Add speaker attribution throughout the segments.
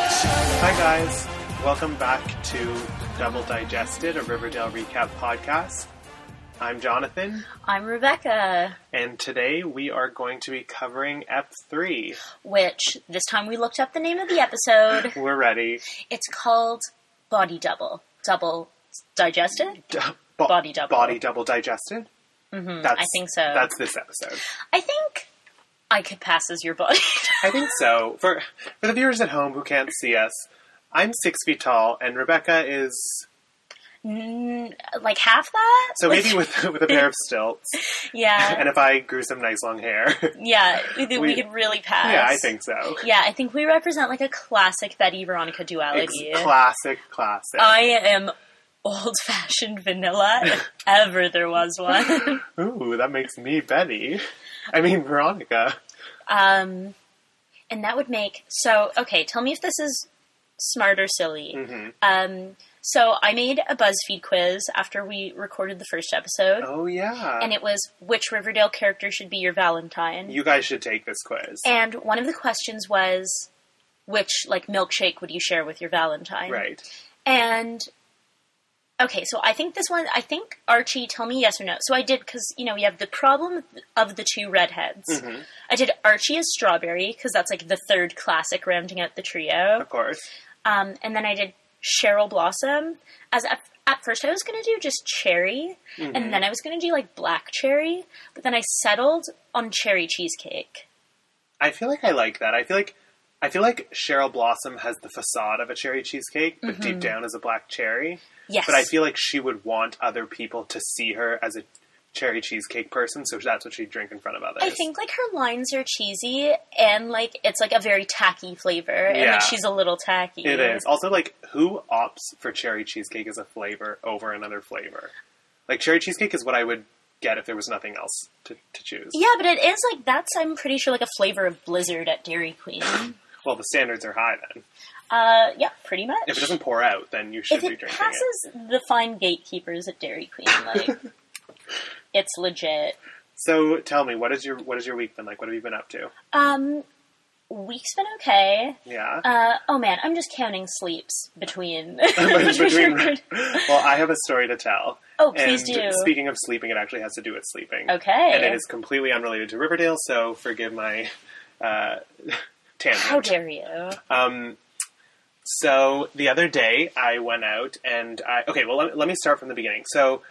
Speaker 1: Hi, guys. Welcome back to Double Digested, a Riverdale recap podcast. I'm Jonathan,
Speaker 2: I'm Rebecca,
Speaker 1: and today we are going to be covering Ep 3.
Speaker 2: which this time we looked up the name of the episode.
Speaker 1: We're ready.
Speaker 2: It's called Body Double. Double Digested?
Speaker 1: D-
Speaker 2: Body double.
Speaker 1: Body double digested? Mm-hmm, that's,
Speaker 2: I think so.
Speaker 1: That's this episode.
Speaker 2: I think I could pass as your body.
Speaker 1: I think so. For, for the viewers at home who can't see us, I'm six feet tall, and Rebecca is.
Speaker 2: Mm, like half that?
Speaker 1: So
Speaker 2: Like,
Speaker 1: maybe with, with a pair of stilts,
Speaker 2: Yeah.
Speaker 1: and if I grew some nice long hair.
Speaker 2: yeah, we, we
Speaker 1: We-
Speaker 2: could really pass.
Speaker 1: yeah, I think so.
Speaker 2: Yeah, I think we represent like a classic Betty Veronica
Speaker 1: Ex-
Speaker 2: duality.
Speaker 1: classic, classic.
Speaker 2: I am old fashioned vanilla, if ever there was one.
Speaker 1: Ooh, that makes me Betty. I mean, Veronica.
Speaker 2: Um, and that would make so okay. Tell me if this is smart or silly.
Speaker 1: hmm
Speaker 2: Um, so I made a BuzzFeed quiz after we recorded the first episode,
Speaker 1: Oh, yeah.
Speaker 2: and it was which Riverdale character should be your Valentine.
Speaker 1: you guys should take this quiz.
Speaker 2: and one of the questions was which like milkshake would you share with your Valentine?
Speaker 1: right.
Speaker 2: And okay, so I think this one. I think Archie. Tell me yes or no. So I did because you know we have the problem of the two redheads.
Speaker 1: Mhm.
Speaker 2: I did Archie as Strawberry because that's like the third classic rounding out the trio.
Speaker 1: Of course.
Speaker 2: Um, and then I did Cheryl Blossom as at, at first I was gonna do just Cherry,
Speaker 1: Mm-hmm.
Speaker 2: and then I was gonna do like Black Cherry, but then I settled on Cherry Cheesecake.
Speaker 1: I feel like I like that. I feel like I feel like Cheryl Blossom has the facade of a cherry cheesecake, but deep down is a black cherry.
Speaker 2: Mm-hmm. Yes,
Speaker 1: But I feel like she would want other people to see her as a cherry cheesecake person, so that's what she'd drink in front of others.
Speaker 2: I think like her lines are cheesy and like it's like a very tacky flavor, and
Speaker 1: Yeah.
Speaker 2: like she's a little tacky.
Speaker 1: it is. Also, like, who opts for cherry cheesecake as a flavor over another flavor? Like, cherry cheesecake is what I would get if there was nothing else to, to choose.
Speaker 2: Yeah, but it is like that's I'm pretty sure like a flavor of Blizzard at Dairy Queen.
Speaker 1: Well, the standards are high then.
Speaker 2: uh, yeah, pretty much.
Speaker 1: If it doesn't pour out, then you should
Speaker 2: if
Speaker 1: be
Speaker 2: it
Speaker 1: drinking it.
Speaker 2: passes the fine gatekeepers at Dairy Queen, like it's legit.
Speaker 1: So tell me, what is your what has your week been like? What have you been up to?
Speaker 2: Um, week's been okay.
Speaker 1: Yeah.
Speaker 2: Uh, oh man, I'm just counting sleeps between.
Speaker 1: Between- well, I have a story to tell.
Speaker 2: oh, please
Speaker 1: and
Speaker 2: do.
Speaker 1: Speaking of sleeping, it actually has to do with sleeping.
Speaker 2: okay.
Speaker 1: And it is completely unrelated to Riverdale, so forgive my uh, tangent.
Speaker 2: How dare you?
Speaker 1: Um, so the other day I went out and I okay. Well, let, let me start from the beginning. So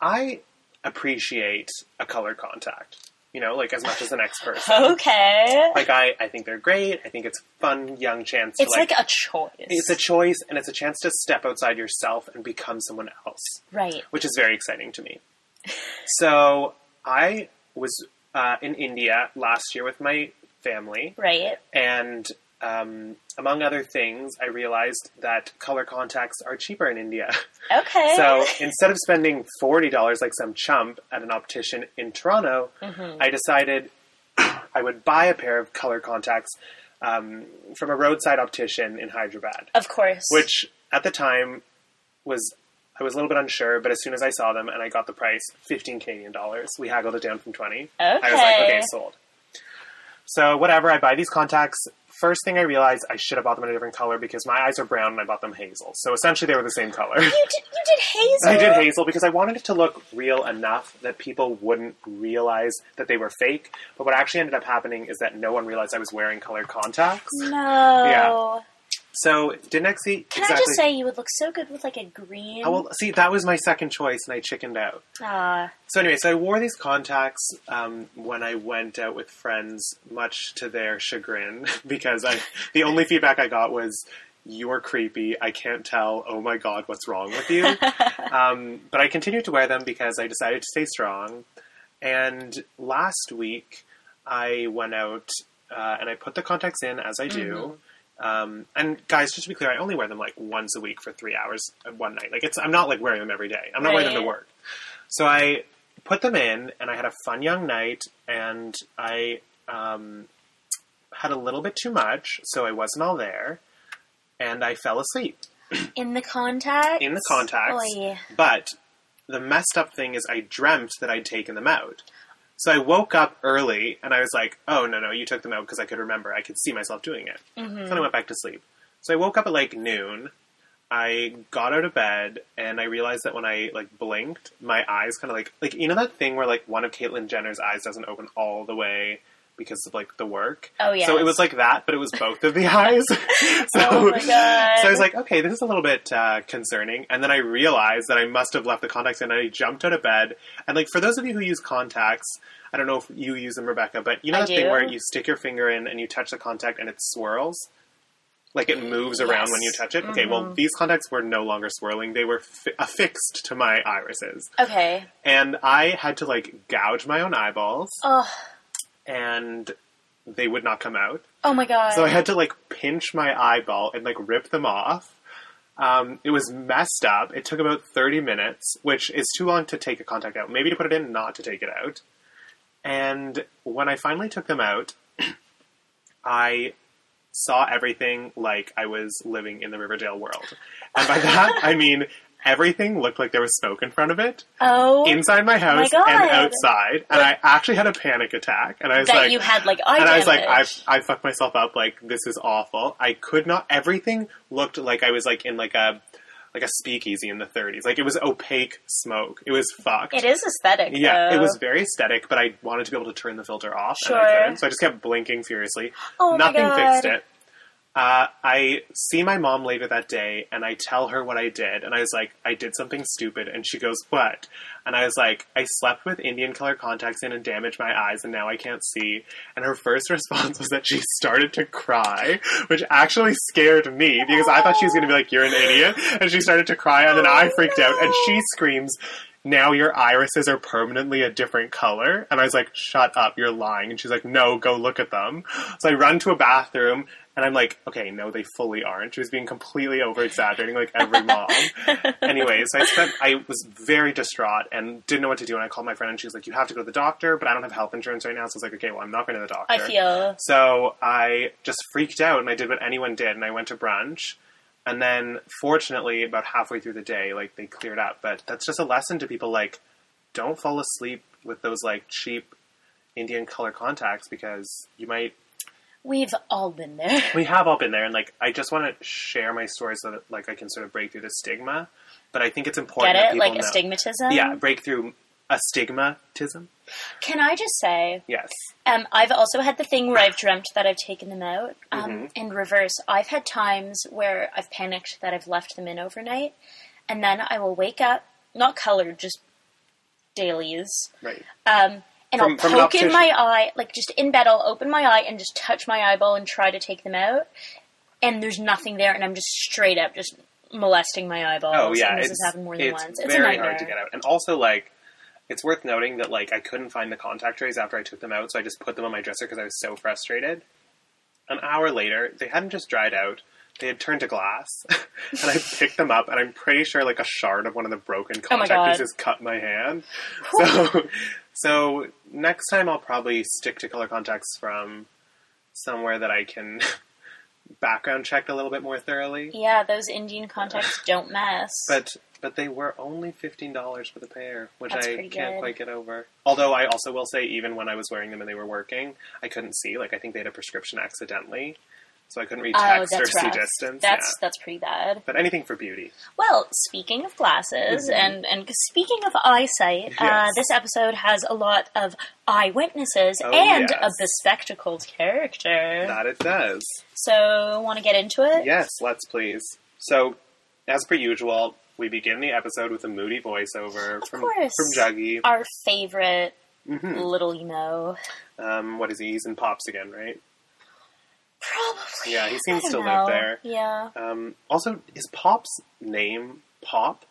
Speaker 1: I appreciate a color contact. You know, like as much as the next person.
Speaker 2: Okay.
Speaker 1: Like I, I think they're great. I think it's a fun young chance. To,
Speaker 2: It's like, a choice.
Speaker 1: it's a choice and it's a chance to step outside yourself and become someone else,
Speaker 2: right.
Speaker 1: which is very exciting to me. so I was uh, in India last year with my family,
Speaker 2: Right.
Speaker 1: and um, among other things, I realized that color contacts are cheaper in India.
Speaker 2: Okay.
Speaker 1: So instead of spending forty dollars like some chump at an optician in Toronto, I decided I would buy a pair of color contacts um, from a roadside optician in Hyderabad,
Speaker 2: of course.
Speaker 1: which at the time was I was a little bit unsure, but as soon as I saw them and I got the price, fifteen Canadian dollars, we haggled it down from twenty. I was like,
Speaker 2: Okay.
Speaker 1: okay, sold. So whatever, I buy these contacts. First thing I realized, I should have bought them in a different color because my eyes are brown and I bought them hazel. So essentially, they were the same color.
Speaker 2: you did, you did hazel.
Speaker 1: I did Hazel because I wanted it to look real enough that people wouldn't realize that they were fake. But what actually ended up happening is that no one realized I was wearing colored contacts.
Speaker 2: No.
Speaker 1: Yeah. So didn't actually
Speaker 2: Can
Speaker 1: exactly.
Speaker 2: I just say you would look so good with like a green?
Speaker 1: Oh, well, see, that was my second choice, and I chickened out.
Speaker 2: Ah,
Speaker 1: So anyway, so I wore these contacts um, when I went out with friends, much to their chagrin, because I the only feedback I got was. You're creepy. I can't tell. Oh my god, what's wrong with you? um, but I continued to wear them because I decided to stay strong. And last week, I went out uh, and I put the contacts in as I do. Um, and guys, just to be clear, I only wear them like once a week for three hours at one night. Like it's, I'm not like wearing them every day. I'm not wearing them to
Speaker 2: Right.
Speaker 1: work. So I put them in, and I had a fun young night, and I um, had a little bit too much, so I wasn't all there, and I fell asleep
Speaker 2: in the contacts.
Speaker 1: in the contacts.
Speaker 2: Oy.
Speaker 1: But the messed up thing is, I dreamt that I'd taken them out. So I woke up oh,
Speaker 2: Mm-hmm.
Speaker 1: early So I woke up at like noon. I got out of bed and I realized that when I like blinked, my eyes kind of like like you know that thing where like one of Caitlyn Jenner's eyes doesn't open all the way because of like the work.
Speaker 2: Oh, yes.
Speaker 1: So it was like that, but it was both of the eyes. so,
Speaker 2: Oh, my God.
Speaker 1: So I was like, okay, this is a little bit uh, concerning. And then I realized that I must have left the contacts in. And I jumped out of bed. And like for those of you who use contacts, I don't know if you use them, Rebecca, but you know
Speaker 2: I
Speaker 1: that thing
Speaker 2: do.
Speaker 1: where you stick your finger in and you touch the contact and it swirls. Like it moves around
Speaker 2: Yes. Mm-hmm.
Speaker 1: when you touch it. Okay, well, these contacts were no longer swirling; they were fi- affixed to my irises,
Speaker 2: Okay.
Speaker 1: and I had to like gouge my own eyeballs
Speaker 2: Oh,
Speaker 1: and they would not come out.
Speaker 2: oh my god.
Speaker 1: So I had to like pinch my eyeball and like rip them off. Um, it was messed up. It took about 30 minutes, which is too long to take a contact out. Maybe to put it in, not to take it out. And when I finally took them out, I saw everything like I was living in the Riverdale world. And by that, I mean everything looked like there was smoke in front of it
Speaker 2: oh,
Speaker 1: inside my house
Speaker 2: God.
Speaker 1: and outside, and I actually had a panic attack. And I was
Speaker 2: that
Speaker 1: like,
Speaker 2: you had like eye
Speaker 1: and I was like, I
Speaker 2: damage.
Speaker 1: I fucked myself up. Like this is awful. I could not. Everything looked like I was like in like a like a speakeasy in the 30s. Like it was opaque smoke. It was fucked.
Speaker 2: It is aesthetic.
Speaker 1: yeah,
Speaker 2: though.
Speaker 1: it was very aesthetic, but I wanted to be able to turn the filter off, and
Speaker 2: Sure.
Speaker 1: I couldn't. So I just kept blinking furiously.
Speaker 2: Oh my
Speaker 1: Nothing
Speaker 2: God.
Speaker 1: fixed it. Uh, I see my mom later that day, and I tell her what I did, and I was like, "I did something stupid," and she goes, "What?" And I was like, "I slept with Indian color contacts in and damaged my eyes, and now I can't see." And her first response was that she started to cry, which actually scared me because I thought she was going to be like, "You're an idiot," and she started to cry, and then I freaked out, and she screams. Now your irises are permanently a different color. And I was like, shut up, you're lying. And she's like, no, go look at them. So I run to a bathroom and I'm like, okay, no, they fully aren't. She was being completely over exaggerating, like every mom. anyway, so I spent, I was very distraught and didn't know what to do. And I called my friend and she was like, you have to go to the doctor, but I don't have health insurance right now. So I was like, okay, well, I'm not going to the doctor.
Speaker 2: I feel.
Speaker 1: So I just freaked out and I did what anyone did and I went to brunch. And then fortunately about halfway through the day, like they cleared up. But that's just a lesson to people like don't fall asleep with those like cheap Indian color contacts because you might
Speaker 2: We've all been there.
Speaker 1: we have all been there and like I just want to share my story so that like I can sort of break through the stigma. But I think it's important
Speaker 2: Get
Speaker 1: that
Speaker 2: it?
Speaker 1: people
Speaker 2: Like
Speaker 1: know.
Speaker 2: astigmatism.
Speaker 1: Yeah, break through a stigmatism.
Speaker 2: Can I just say,
Speaker 1: Yes.
Speaker 2: um, I've also had the thing where I've dreamt that I've taken them out. Um,
Speaker 1: Mm-hmm.
Speaker 2: In reverse, I've had times where I've panicked that I've left them in overnight, and then I will wake up, not colored, just dailies,
Speaker 1: Right.
Speaker 2: um, and
Speaker 1: From-
Speaker 2: I'll
Speaker 1: from an
Speaker 2: poke in
Speaker 1: optician.
Speaker 2: my eye, like just in bed, I'll open my eye and just touch my eyeball and try to take them out, and there's nothing there, and I'm just straight up just molesting my eyeballs.
Speaker 1: Oh yeah,
Speaker 2: and this
Speaker 1: it's,
Speaker 2: has happened more than
Speaker 1: it's
Speaker 2: once. It's
Speaker 1: very
Speaker 2: a nightmare.
Speaker 1: hard to get out. And also, like, it's worth noting that like I couldn't find the contact trays after I took them out, so I just put them on my dresser because I was so frustrated. An hour later, they hadn't just dried out; they had turned to glass, and I picked them up, and I'm pretty sure like a shard of one of the broken
Speaker 2: Oh my
Speaker 1: contact
Speaker 2: God.
Speaker 1: pieces cut my hand. So, so next time I'll probably stick to color contacts from somewhere that I can. Background check a little bit more thoroughly.
Speaker 2: Yeah, those Indian contacts don't mess.
Speaker 1: But but they were only fifteen dollars for the pair, which
Speaker 2: That's
Speaker 1: I
Speaker 2: pretty
Speaker 1: can't
Speaker 2: good.
Speaker 1: quite get over. Although I also will say, even when I was wearing them and they were working, I couldn't see. Like I think they had a prescription accidentally, so I couldn't read
Speaker 2: Oh,
Speaker 1: text or
Speaker 2: that's
Speaker 1: see
Speaker 2: rough.
Speaker 1: distance.
Speaker 2: That's
Speaker 1: yeah.
Speaker 2: that's pretty bad.
Speaker 1: But anything for beauty.
Speaker 2: Well, speaking of glasses and and speaking of eyesight,
Speaker 1: Mm-hmm.
Speaker 2: uh,
Speaker 1: Yes.
Speaker 2: this episode has a lot of eyewitnesses
Speaker 1: Oh,
Speaker 2: and
Speaker 1: yes.
Speaker 2: a bespectacled character.
Speaker 1: That it does.
Speaker 2: so, want to get into it?
Speaker 1: Yes, let's please. So, as per usual, we begin the episode with a moody voiceover from
Speaker 2: course.
Speaker 1: from Juggy.
Speaker 2: Our favorite
Speaker 1: Mhm.
Speaker 2: little emo.
Speaker 1: Um, what is he? He's in Pops again, right?
Speaker 2: Probably.
Speaker 1: Yeah, he seems
Speaker 2: I
Speaker 1: to
Speaker 2: don't
Speaker 1: live
Speaker 2: know.
Speaker 1: there.
Speaker 2: Yeah.
Speaker 1: Um, also, is Pop's name Pop?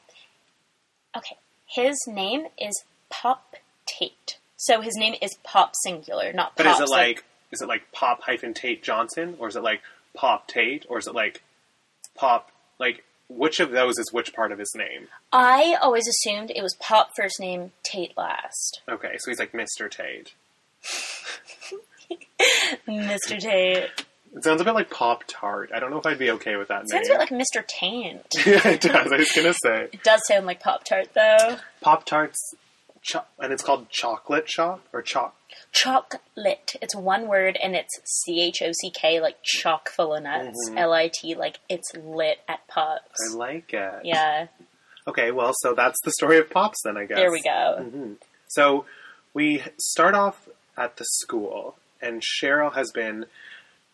Speaker 2: Okay. His name is Pop Tate. So his name is Pop singular, not
Speaker 1: But
Speaker 2: Pop.
Speaker 1: is it
Speaker 2: so-
Speaker 1: like is it like Pop hyphen Tate Johnson or is it like Pop Tate or is it like Pop like which of those is which part of his name?
Speaker 2: I always assumed it was Pop first name, Tate last.
Speaker 1: Okay, so he's like Mr. Tate.
Speaker 2: Mr. Tate.
Speaker 1: It sounds a bit like Pop Tart. I don't know if I'd be okay with that
Speaker 2: Sounds a
Speaker 1: name.
Speaker 2: bit like Mr. Taint.
Speaker 1: yeah, it does. I was gonna say
Speaker 2: It does sound like Pop Tart though.
Speaker 1: Pop Tarts Cho- and it's called chocolate shop or chalk.
Speaker 2: Chocolate. It's one word and it's C H O C K, like chock full of nuts. L I T, like it's lit at
Speaker 1: I
Speaker 2: Pops.
Speaker 1: like it.
Speaker 2: Yeah,
Speaker 1: Okay, well, so that's the story of Pops then, I guess.
Speaker 2: there we go.
Speaker 1: So we start off at the school, and Cheryl has been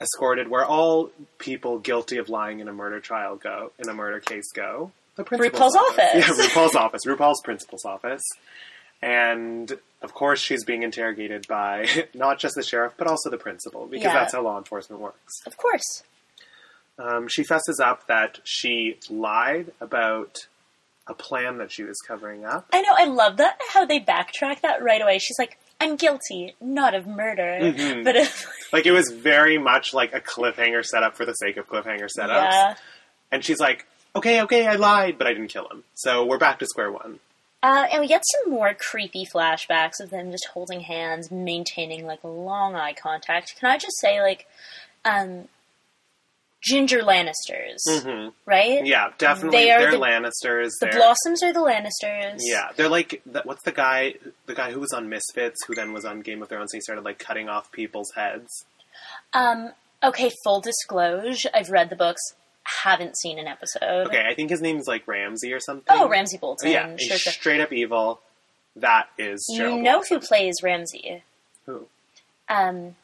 Speaker 1: escorted where all people guilty of lying in a murder trial go, in a murder case go. The
Speaker 2: RuPaul's office.
Speaker 1: Yeah, RuPaul's office. RuPaul's principal's office. And of course, she's being interrogated by not just the sheriff, but also the principal, because
Speaker 2: Yeah.
Speaker 1: that's how law enforcement works.
Speaker 2: Of course.
Speaker 1: Um, she fesses up that she lied about a plan that she was covering up.
Speaker 2: I know, I love that, how they backtrack that right away. She's like, I'm guilty, not of murder, but of.
Speaker 1: Like it was very much like a cliffhanger setup for the sake of cliffhanger setups.
Speaker 2: Yeah.
Speaker 1: And she's like, "Okay, okay, I lied, but I didn't kill him." So we're back to square one.
Speaker 2: Uh, and we get some more creepy flashbacks of them just holding hands, maintaining like long eye contact. Can I just say, like, um, Ginger Lannisters, right?
Speaker 1: Mm-hmm. Yeah, definitely.
Speaker 2: They
Speaker 1: They
Speaker 2: are
Speaker 1: are
Speaker 2: the-
Speaker 1: Lannisters.
Speaker 2: The
Speaker 1: they're,
Speaker 2: Blossoms are the Lannisters.
Speaker 1: Yeah, they're like the, what's the guy? The guy who was on Misfits, who then was on Game of Thrones. And he started like cutting off people's heads.
Speaker 2: Um, okay, full disclosure, I've read the books, haven't seen an episode.
Speaker 1: Okay, I think his name's like Ramsey or something.
Speaker 2: Oh, Ramsey Bolton.
Speaker 1: Yeah, he's
Speaker 2: sure, sure.
Speaker 1: straight up evil. That is Cheryl.
Speaker 2: You know who plays Ramsey?
Speaker 1: Who?
Speaker 2: Um,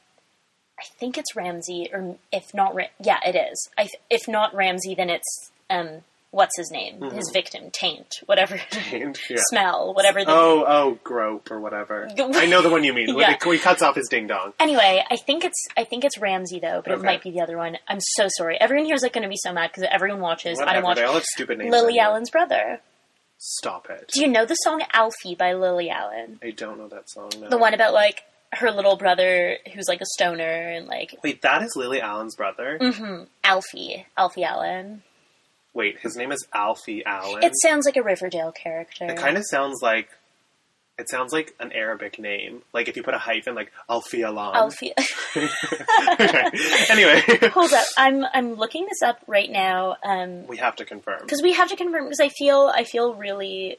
Speaker 2: I think it's Ramsey, or if not, Ra- yeah, it is. I, if not Ramsey, then it's um, what's his name?
Speaker 1: Mm-hmm.
Speaker 2: His victim, Taint, whatever,
Speaker 1: Blaine. Yeah.
Speaker 2: smell, whatever. The-
Speaker 1: Oh, oh, grope or whatever. I know the one you mean.
Speaker 2: Yeah.
Speaker 1: He cuts off his ding dong.
Speaker 2: Anyway, I think it's I think it's Ramsey though, but it
Speaker 1: Okay.
Speaker 2: might be the other one. I'm so sorry. Everyone here is like going to be so mad because everyone watches. I
Speaker 1: Whatever.
Speaker 2: don't watch.
Speaker 1: They all have stupid names.
Speaker 2: Lily
Speaker 1: anyway.
Speaker 2: Allen's brother.
Speaker 1: Stop it.
Speaker 2: Do you know the song Alfie by Lily Allen?
Speaker 1: I don't know that song. No.
Speaker 2: The one about like her little brother who's like a stoner and like
Speaker 1: Wait, that is Lily Allen's brother.
Speaker 2: Mm-hmm. Alfie, Alfie Allen.
Speaker 1: Wait, his name is Alfie Allen.
Speaker 2: It sounds like a Riverdale character.
Speaker 1: Mm. it kind of sounds like. It sounds like an Arabic name. Like if you put a hyphen, like Alfie Alon.
Speaker 2: Alfie.
Speaker 1: okay. Anyway,
Speaker 2: Hold up, I'm I'm looking this up right now because
Speaker 1: we have to confirm.
Speaker 2: we have to confirm. Because I feel I feel really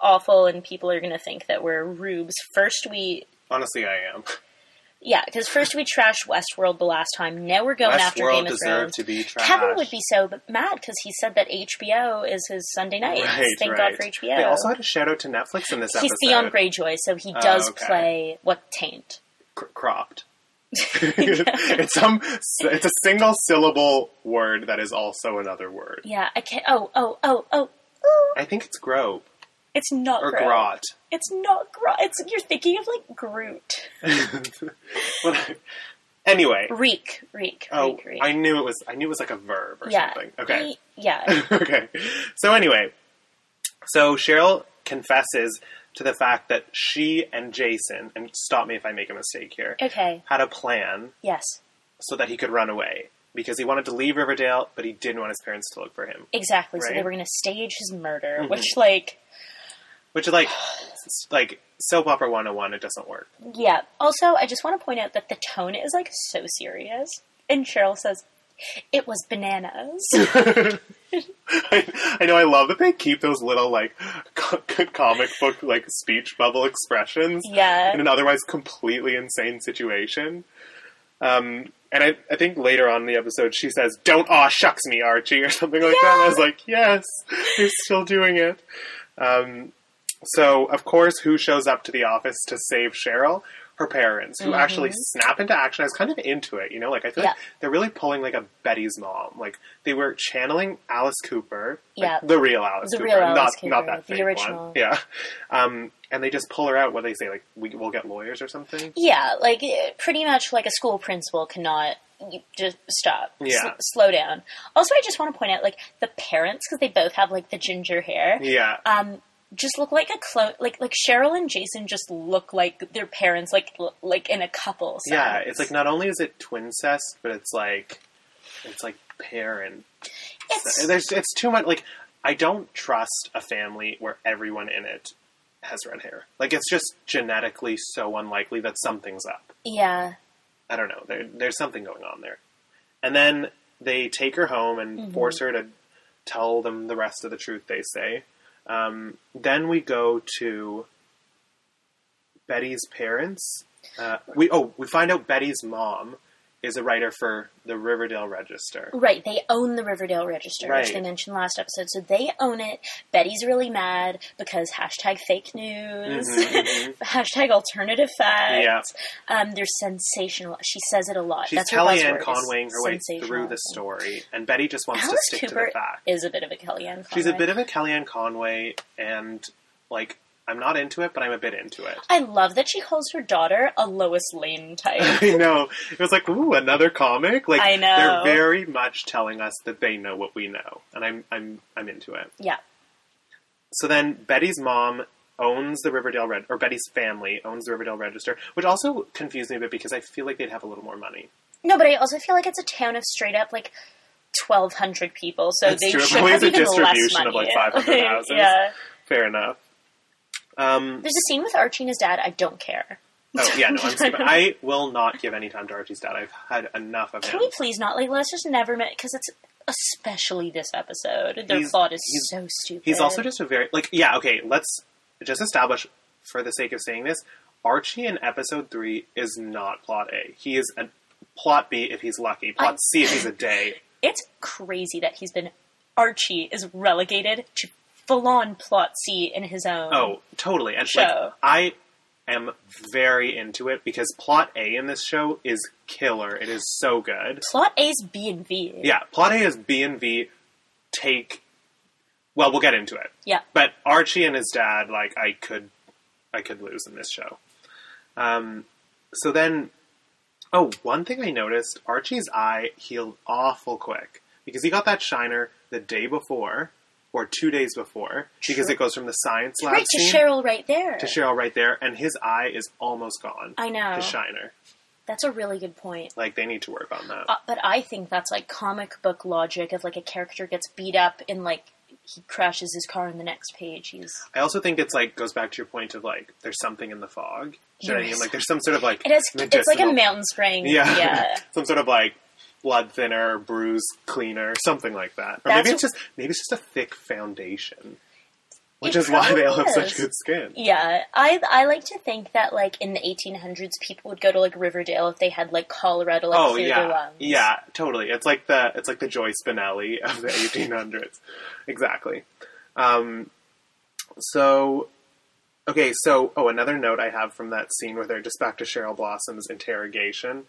Speaker 2: awful, and people are gonna think that we're rubes. First we.
Speaker 1: Honestly, I am.
Speaker 2: Yeah, because first we trashed Westworld the last time. Now we're going after
Speaker 1: Westworld
Speaker 2: Game of
Speaker 1: deserved
Speaker 2: Thrones.
Speaker 1: to be trash.
Speaker 2: Kevin would be so b- mad because he said that HBO is his Sunday night.
Speaker 1: Right,
Speaker 2: Thank
Speaker 1: right.
Speaker 2: God for HBO.
Speaker 1: They also had a shout out to Netflix in this
Speaker 2: He's
Speaker 1: episode.
Speaker 2: Theon Greyjoy, so he does
Speaker 1: okay.
Speaker 2: play what taint.
Speaker 1: cr- cropped. it's some. It's a single syllable word that is also another word.
Speaker 2: Yeah, I can't. Oh, oh, oh, oh. Ooh,
Speaker 1: I think it's grope
Speaker 2: it's not
Speaker 1: or
Speaker 2: Groot.
Speaker 1: grot.
Speaker 2: It's not Groot. It's you're thinking of like Groot.
Speaker 1: What- anyway,
Speaker 2: Reek, reek,
Speaker 1: oh,
Speaker 2: reek, reek.
Speaker 1: I knew it was. I knew it was like a verb or
Speaker 2: yeah.
Speaker 1: something. Okay,
Speaker 2: E- yeah.
Speaker 1: okay. So anyway, so Cheryl confesses to the fact that she and Jason, and stop me if I make a mistake here,
Speaker 2: Okay.
Speaker 1: had a plan
Speaker 2: Yes.
Speaker 1: so that he could run away because he wanted to leave Riverdale, but he didn't want his parents to look for him.
Speaker 2: Exactly. So they
Speaker 1: Right. Mm-hmm.
Speaker 2: were going to stage his murder, which, like,
Speaker 1: Which is like, s- like soap opera 101, it doesn't work.
Speaker 2: yeah. Also, I just want to point out that the tone is like so serious, and Cheryl says, "It was bananas."
Speaker 1: I, I know I love that they keep those little like co- comic book like speech bubble expressions
Speaker 2: Yeah.
Speaker 1: in an otherwise completely insane situation. Um, and I, I think later on in the episode she says, "Don't aw shucks me, Archie," or something like that. And I was like, "Yes, they're still doing it." Um, so of course, who shows up to the office to save Cheryl? Her parents, who actually snap into action. I was kind of into it, you know. Like I feel like
Speaker 2: Mm-hmm. Yeah.
Speaker 1: they're really pulling like a Betty's mom. Like they were channeling Alice Cooper, like,
Speaker 2: Yeah.
Speaker 1: the real Alice
Speaker 2: The
Speaker 1: Cooper,
Speaker 2: real Alice
Speaker 1: not
Speaker 2: Cooper,
Speaker 1: not that
Speaker 2: the
Speaker 1: fake
Speaker 2: original.
Speaker 1: one. Yeah, um, and they just pull her out. What they say, like we, we'll get lawyers or something.
Speaker 2: Yeah, like eh, pretty much like a school principal cannot you just stop. S-
Speaker 1: Yeah.
Speaker 2: slow down. Also, I just want to point out like the parents because they both have like the ginger hair.
Speaker 1: Yeah,
Speaker 2: Um, just look like a clone. Like like Cheryl and Jason just look like their parents. Like l- like in a couple. sense.
Speaker 1: yeah. It's like not only is it twincest, but it's like it's like parent.
Speaker 2: It's-
Speaker 1: There's it's too much. Like I don't trust a family where everyone in it has red hair. Like it's just genetically so unlikely that something's up.
Speaker 2: yeah.
Speaker 1: I don't know. There, there's something going on there. And then they take her home and force her to tell them the rest of the truth. They say. Um, then we go to Betty's parents. Uh, we oh we find out Betty's mom is a writer for the Riverdale Register.
Speaker 2: Right, they own the Riverdale Register, which they
Speaker 1: Right.
Speaker 2: mentioned last episode. So they own it. Betty's really mad because hashtag fake news,
Speaker 1: Mhm, mhm.
Speaker 2: hashtag alternative facts. Um, they're sensational. She says it a lot.
Speaker 1: She's
Speaker 2: That's her
Speaker 1: Kellyanne
Speaker 2: buzzword, is
Speaker 1: Conwaying her way through
Speaker 2: sensational.
Speaker 1: the story, and Betty just wants
Speaker 2: Alice
Speaker 1: to stick
Speaker 2: Cooper
Speaker 1: to the fact.
Speaker 2: is a bit of a Kellyanne.
Speaker 1: She's a
Speaker 2: Conway.
Speaker 1: bit of a Kellyanne Conway, and like I'm not into it, but I'm a bit into it.
Speaker 2: I love that she calls her daughter a Lois Lane type.
Speaker 1: I know. It was like, ooh, another comic. Like
Speaker 2: I know.
Speaker 1: they're very much telling us that they know what we know, and I'm I'm I'm into it.
Speaker 2: yeah,
Speaker 1: So then Betty's mom owns the Riverdale Red or Betty's family owns the Riverdale Register, which also confused me a bit because I feel like they'd have a little more money.
Speaker 2: no, but I also feel like it's a town of straight up like twelve hundred people, so
Speaker 1: That's
Speaker 2: they
Speaker 1: true. It
Speaker 2: should
Speaker 1: probably
Speaker 2: have
Speaker 1: is a
Speaker 2: even less
Speaker 1: distribution
Speaker 2: money.
Speaker 1: of, like, 500 houses.
Speaker 2: yeah.
Speaker 1: Fair enough. Um,
Speaker 2: There's a scene with Archie and his dad. I don't care.
Speaker 1: oh yeah, no, I'm stupid. I will not give any time to Archie's dad. I've had enough of him.
Speaker 2: Can we please not? Like, let's just never met because it's especially this episode. Their
Speaker 1: He's-
Speaker 2: plot is
Speaker 1: he's-
Speaker 2: so stupid.
Speaker 1: He's also just a very like yeah okay. Let's just establish for the sake of saying this, Archie in episode three is not plot A. He is a plot B if he's lucky. Plot
Speaker 2: I-
Speaker 1: C if he's a day.
Speaker 2: it's crazy that he's been Archie is relegated to full on plot C in his own.
Speaker 1: Oh, totally. And
Speaker 2: Show.
Speaker 1: like I am very into it because plot A in this show is killer. It is so good.
Speaker 2: plot A's B and V.
Speaker 1: Yeah, plot A is B and V take well, we'll get into it.
Speaker 2: yeah.
Speaker 1: But Archie and his dad, like I could, I could lose in this show. Um, so then, oh, one thing I noticed: Archie's eye healed awful quick because he got that shiner the day before or two days before because
Speaker 2: True.
Speaker 1: it goes from the science lab
Speaker 2: Right to
Speaker 1: scene
Speaker 2: Cheryl right there.
Speaker 1: to Cheryl right there, and his eye is almost gone.
Speaker 2: I know.
Speaker 1: His shiner,
Speaker 2: That's a really good point.
Speaker 1: like they need to work on that.
Speaker 2: Uh, but I think that's like comic book logic of like a character gets beat up and like he crashes his car in the next page. He's
Speaker 1: I also think it's like goes back to your point of like there's something in the fog. Do you know what I mean?
Speaker 2: Yes.
Speaker 1: Like there's some sort of like
Speaker 2: it has it's like a
Speaker 1: medicinal
Speaker 2: mountain spring.
Speaker 1: Yeah.
Speaker 2: yeah.
Speaker 1: Some sort of like blood thinner, bruise cleaner, something like that. Or
Speaker 2: That's
Speaker 1: maybe it's
Speaker 2: what-
Speaker 1: just maybe it's just a thick foundation. Which
Speaker 2: It
Speaker 1: is why they all have
Speaker 2: probably
Speaker 1: such
Speaker 2: is.
Speaker 1: good skin.
Speaker 2: Yeah, I I like to think that like in the 1800s, people would go to like Riverdale if they had like cholera to like
Speaker 1: Oh
Speaker 2: clear their
Speaker 1: yeah.
Speaker 2: lungs.
Speaker 1: Yeah, totally. It's like the it's like the Joy Spinelli of the eighteen hundreds. exactly. Um so okay, so oh another note I have from that scene where they're just back to Cheryl Blossom's interrogation.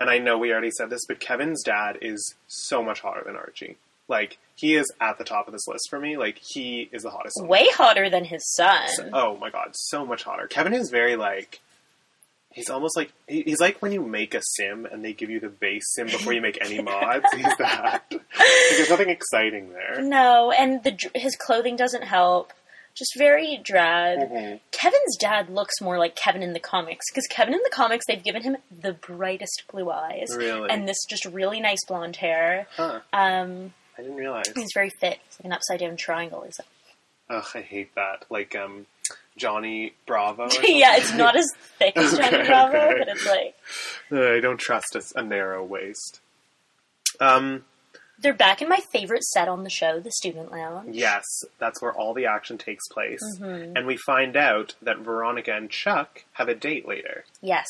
Speaker 1: And I know we already said this, but Kevin's dad is so much hotter than Archie. Like he is at the top of this list for me. Like he is the hottest. one.
Speaker 2: way hotter than his son.
Speaker 1: Oh my god, so much hotter. Kevin is very like he's almost like he- he's like when you make a sim and they give you the base sim before you make any mods. He's that. Like, there's nothing exciting there.
Speaker 2: No, and the dr- his clothing doesn't help. Just very drab.
Speaker 1: Mhm.
Speaker 2: Kevin's dad looks more like Kevin in the comics because Kevin in the comics they've given him the brightest blue eyes
Speaker 1: Really?
Speaker 2: and this just really nice blonde hair.
Speaker 1: Huh.
Speaker 2: Um,
Speaker 1: I didn't realize.
Speaker 2: he's very fit. It's like an upside down triangle. He's like,
Speaker 1: Ugh, I hate that. Like um Johnny Bravo. or
Speaker 2: yeah,
Speaker 1: something.
Speaker 2: it's not as thick as Johnny
Speaker 1: Okay,
Speaker 2: Bravo,
Speaker 1: okay.
Speaker 2: but it's like.
Speaker 1: Uh, I don't trust a, a narrow waist. Um
Speaker 2: They're back in my favorite set on the show, the student lounge.
Speaker 1: yes, that's where all the action takes place.
Speaker 2: Mhm.
Speaker 1: And we find out that Veronica and Chuck have a date later.
Speaker 2: Yes.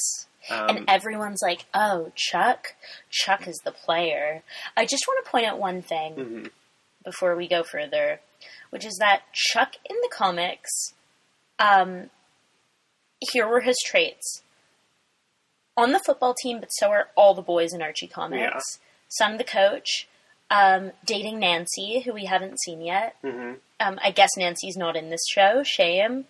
Speaker 1: Um,
Speaker 2: and everyone's like, oh, Chuck? Chuck is the player. I just want to point out one thing
Speaker 1: Mhm.
Speaker 2: before we go further, which is that Chuck in the comics, um, here were his traits. On the football team, but so are all the boys in Archie comics. Son of the coach, um, dating Nancy, who we haven't seen yet.
Speaker 1: mhm.
Speaker 2: um, I guess Nancy's not in this show. Shame.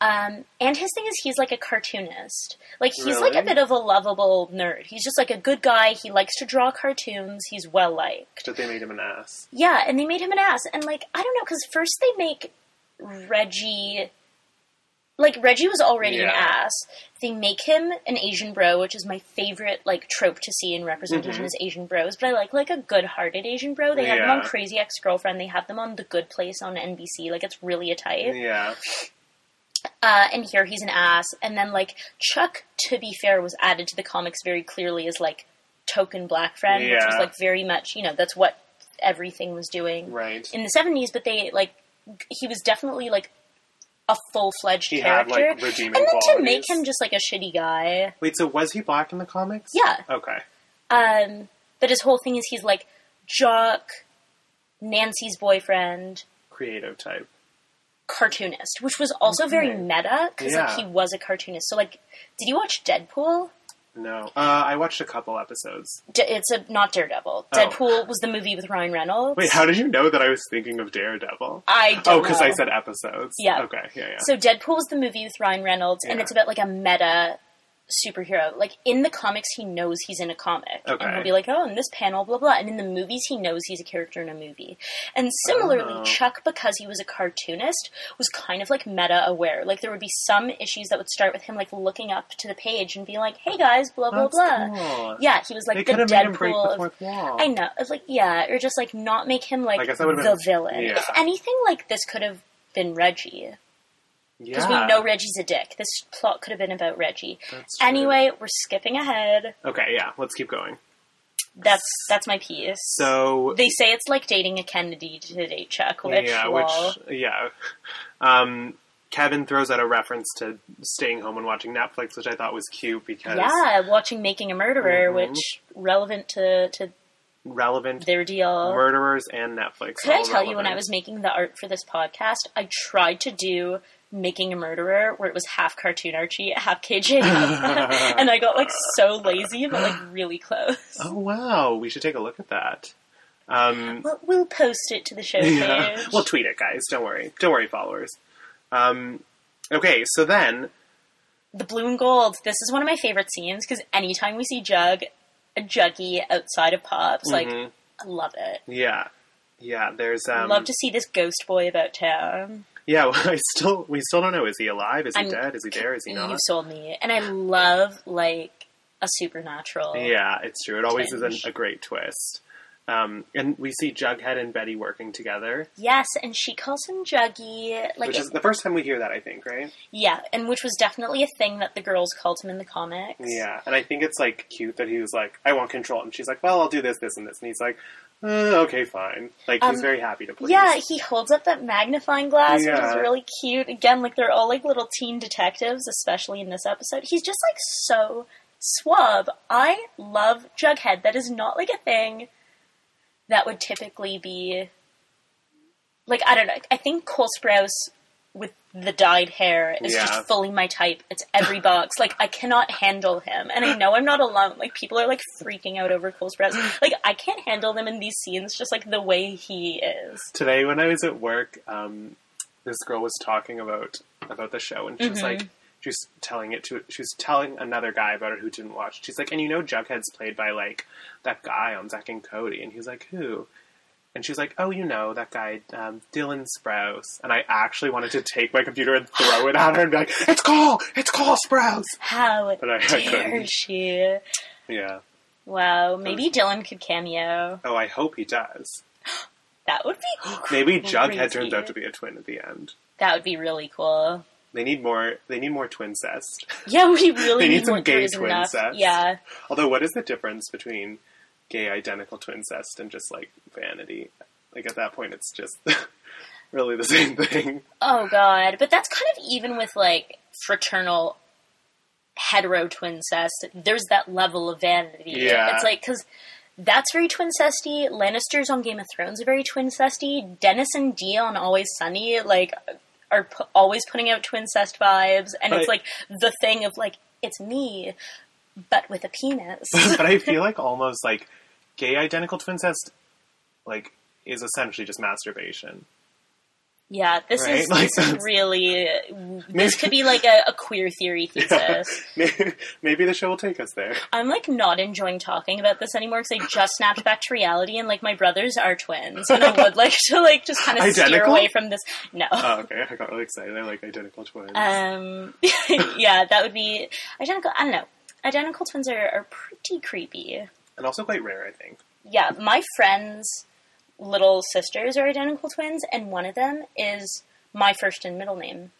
Speaker 2: Um, and his thing is he's like a cartoonist. Like he's like a
Speaker 1: Really?
Speaker 2: bit of a lovable nerd. He's just like a good guy. He likes to draw cartoons. He's well liked.
Speaker 1: But they made him an ass.
Speaker 2: Yeah, and they made him an ass. And like I don't know, because first they make Reggie. Like Reggie was already an
Speaker 1: Yeah.
Speaker 2: ass. They make him an Asian bro, which is my favorite like trope to see in representation
Speaker 1: Mhm.
Speaker 2: is Asian bros. But I like like a good-hearted Asian bro. They have them
Speaker 1: Yeah.
Speaker 2: on Crazy Ex-Girlfriend. They have them on The Good Place on NBC. Like it's really a type.
Speaker 1: Yeah.
Speaker 2: Uh, and here he's an ass. And then like Chuck, to be fair, was added to the comics very clearly as like token black friend, which was
Speaker 1: Yeah.
Speaker 2: like very much you know that's what everything was doing
Speaker 1: Right.
Speaker 2: in the seventies, but they like he was definitely like a full fledged
Speaker 1: He
Speaker 2: character.
Speaker 1: had, like, redeeming
Speaker 2: and then to
Speaker 1: qualities.
Speaker 2: make him just like a shitty guy.
Speaker 1: Wait, so was he black in the comics?
Speaker 2: Yeah.
Speaker 1: Okay.
Speaker 2: Um, but his whole thing is he's like jock, Nancy's boyfriend,
Speaker 1: Creative type.
Speaker 2: cartoonist, which was also very
Speaker 1: Okay.
Speaker 2: meta because
Speaker 1: Mm-hmm. Yeah.
Speaker 2: like he was a cartoonist. So like, did you watch Deadpool?
Speaker 1: No. Uh, I watched a couple episodes.
Speaker 2: D- it's a not Daredevil.
Speaker 1: Oh.
Speaker 2: Deadpool was the movie with Ryan Reynolds.
Speaker 1: Wait, how did you know that I was thinking of Daredevil?
Speaker 2: I don't
Speaker 1: Oh, because I
Speaker 2: know.
Speaker 1: said episodes.
Speaker 2: Yeah.
Speaker 1: Okay. Yeah. Yeah.
Speaker 2: So Deadpool was the movie with Ryan Reynolds, and
Speaker 1: Yeah.
Speaker 2: it's about like a meta superhero. Like in the comics, he knows he's in a comic,
Speaker 1: Okay.
Speaker 2: and he'll be like, "Oh, in this panel, blah blah." And in the movies, he knows he's a character in a movie. And similarly,
Speaker 1: Oh.
Speaker 2: Chuck, because he was a cartoonist, was kind of like meta aware. Like there would be some issues that would start with him like looking up to the page and being like, "Hey guys, blah blah
Speaker 1: That's
Speaker 2: blah."
Speaker 1: cool.
Speaker 2: Yeah, he was like
Speaker 1: they
Speaker 2: the
Speaker 1: could have made him break
Speaker 2: Deadpool
Speaker 1: the
Speaker 2: of
Speaker 1: fourth wall.
Speaker 2: I know. It's like, yeah, or just like not make him like
Speaker 1: I guess that
Speaker 2: the
Speaker 1: would've been-
Speaker 2: villain.
Speaker 1: yeah.
Speaker 2: If anything, like this could have been Reggie because
Speaker 1: Yeah.
Speaker 2: we know Reggie's a dick. This plot could have been about Reggie.
Speaker 1: That's true.
Speaker 2: Anyway, we're skipping ahead.
Speaker 1: Okay. Yeah. Let's keep going.
Speaker 2: That's that's my piece.
Speaker 1: So
Speaker 2: they say it's like dating a Kennedy to date Chuck, which
Speaker 1: yeah,
Speaker 2: lol.
Speaker 1: which yeah. Um, Kevin throws out a reference to staying home and watching Netflix, which I thought was cute because
Speaker 2: yeah, watching Making a Murderer,
Speaker 1: Mhm.
Speaker 2: which relevant to to
Speaker 1: relevant
Speaker 2: their deal.
Speaker 1: murderers and Netflix.
Speaker 2: Could I
Speaker 1: all
Speaker 2: tell you when I
Speaker 1: relevant.
Speaker 2: was making the art for this podcast, I tried to do Making a Murderer where it was half cartoon Archie, half KJ, and I got like so lazy, but like really close.
Speaker 1: Oh wow, we should take a look at that. Um,
Speaker 2: Well, we'll post it to the show page.
Speaker 1: yeah. We'll tweet it, guys. Don't worry. Don't worry, followers. Um, okay, so then
Speaker 2: the blue and gold. This is one of my favorite scenes because anytime we see Jug, a Juggy outside of Pops, like
Speaker 1: Mhm.
Speaker 2: I love it.
Speaker 1: yeah, yeah. There's
Speaker 2: I
Speaker 1: um,
Speaker 2: love to see this ghost boy about town.
Speaker 1: yeah. I still we still don't know. Is he alive? Is he
Speaker 2: I'm-
Speaker 1: dead? Is he there? Is he not?
Speaker 2: You've sold me, and I love like a supernatural.
Speaker 1: Yeah, it's true. It always
Speaker 2: Tinge.
Speaker 1: is a, a great twist. Um, and we see Jughead and Betty working together,
Speaker 2: Yes, and she calls him Juggy. Like,
Speaker 1: which is the first time we hear that, I think, right?
Speaker 2: yeah, and which was definitely a thing that the girls called him in the comics.
Speaker 1: Yeah, and I think it's like cute that he was like, "I want control," and she's like, "Well, I'll do this, this, and this," and he's like, uh, "Okay, fine." Like he's
Speaker 2: Um,
Speaker 1: very happy to please.
Speaker 2: Yeah, he holds up that magnifying glass, which is
Speaker 1: Yeah.
Speaker 2: really cute. Again, like they're all like little teen detectives, especially in this episode. He's just like so suave. I love Jughead. That is not like a thing that would typically be like I don't know. I think Cole Sprouse with the dyed hair is
Speaker 1: Yeah.
Speaker 2: just fully my type. It's every box. Like I cannot handle him, and I know I'm not alone. Like people are like freaking out over Cole Sprouse. Like I can't handle them in these scenes. Just like the way he is.
Speaker 1: Today, when I was at work, um, this girl was talking about about the show, and she's
Speaker 2: Mhm.
Speaker 1: like, she was telling it to, she was telling another guy about it who didn't watch. She's like, and you know, Jughead's played by like that guy on Zack and Cody, and he's like, who? And she's like, oh, you know, that guy, um, Dylan Sprouse. And I actually wanted to take my computer and throw it at her and be like, it's Cole! It's Cole Sprouse!
Speaker 2: How
Speaker 1: But I- I
Speaker 2: dare
Speaker 1: couldn't.
Speaker 2: she?
Speaker 1: Yeah.
Speaker 2: Wow, maybe Dylan could cameo.
Speaker 1: Oh, I hope he does.
Speaker 2: That would be
Speaker 1: Maybe Jughead
Speaker 2: Crazy.
Speaker 1: turns out to be a twin at the end.
Speaker 2: that would be really cool.
Speaker 1: They need more. They need more twincest.
Speaker 2: Yeah, we really
Speaker 1: They need
Speaker 2: need,
Speaker 1: some
Speaker 2: more
Speaker 1: gay
Speaker 2: Grey's
Speaker 1: twin
Speaker 2: enough.
Speaker 1: sets.
Speaker 2: Yeah,
Speaker 1: Although, what is the difference between gay identical twincest and just like vanity? Like at that point, it's just really the same thing.
Speaker 2: Oh god, but that's kind of even with like fraternal hetero twincest. There's that level of vanity.
Speaker 1: Yeah.
Speaker 2: it's like because that's very twincesty. Lannisters on Game of Thrones are very twincesty. Dennis and Dee on Always Sunny like are pu- always putting out twincest vibes, and it's
Speaker 1: Right.
Speaker 2: like the thing of like it's me, but with a penis.
Speaker 1: but I feel like almost like gay identical twincest, like is essentially just masturbation.
Speaker 2: yeah, this
Speaker 1: Right?
Speaker 2: is
Speaker 1: Like,
Speaker 2: this is
Speaker 1: that's-
Speaker 2: really
Speaker 1: Maybe-
Speaker 2: this could be like a, a queer theory thesis.
Speaker 1: maybe, maybe the show will take us there.
Speaker 2: I'm like not enjoying talking about this anymore because I just snapped back to reality and like my brothers are twins and I would like to like just kind of steer
Speaker 1: Identical?
Speaker 2: away from this. No.
Speaker 1: Oh, okay, I got really excited. I like identical twins.
Speaker 2: Um, yeah, that would be identical. I don't know. Identical twins are, are pretty creepy.
Speaker 1: and also quite rare, I think.
Speaker 2: Yeah, my friends' little sisters are identical twins, and one of them is my first and middle name.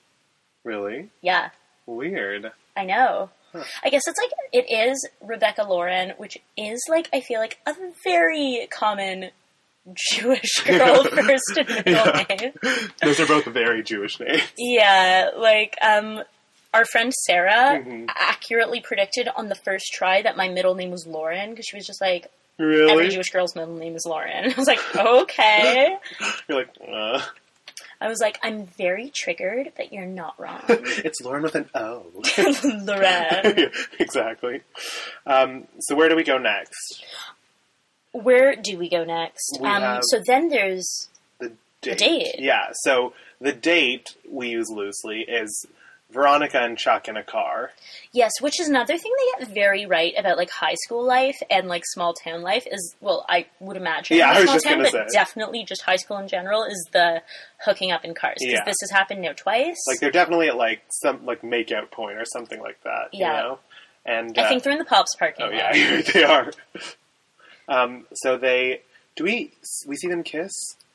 Speaker 1: Really?
Speaker 2: Yeah,
Speaker 1: Weird.
Speaker 2: I know.
Speaker 1: Huh.
Speaker 2: I guess it's like it is Rebecca Lauren, which is like I feel like a very common Jewish girl first and middle
Speaker 1: Yeah.
Speaker 2: name.
Speaker 1: Those are both very Jewish names.
Speaker 2: Yeah, like um, our friend Sarah
Speaker 1: Mm-hmm.
Speaker 2: accurately predicted on the first try that my middle name was Lauren because she was just like, every
Speaker 1: Really?
Speaker 2: Jewish girl's middle name is Lauren. I was like, okay.
Speaker 1: You're like, uh,
Speaker 2: I was like, I'm very triggered that you're not wrong,
Speaker 1: it's Lauren with an O.
Speaker 2: Lauren.
Speaker 1: Yeah, exactly. Um, so where do we go next?
Speaker 2: Where do we go next?
Speaker 1: We
Speaker 2: um,
Speaker 1: have-
Speaker 2: so then there's
Speaker 1: The date.
Speaker 2: date.
Speaker 1: Yeah. So the date we use loosely is Veronica and Chuck in a car.
Speaker 2: yes, which is another thing they get very right about like high school life and like small town life is well, I would imagine
Speaker 1: Yeah, I
Speaker 2: small
Speaker 1: was just
Speaker 2: town,
Speaker 1: gonna
Speaker 2: but
Speaker 1: say.
Speaker 2: definitely just high school in general is the hooking up in cars because
Speaker 1: Yeah.
Speaker 2: this has happened now twice.
Speaker 1: Like they're definitely at like some like makeout point or something like that.
Speaker 2: Yeah.
Speaker 1: You know? And
Speaker 2: I
Speaker 1: uh,
Speaker 2: think they're in the Pops parking
Speaker 1: Oh
Speaker 2: lot.
Speaker 1: yeah, they are. Um, so they do we we see them kiss,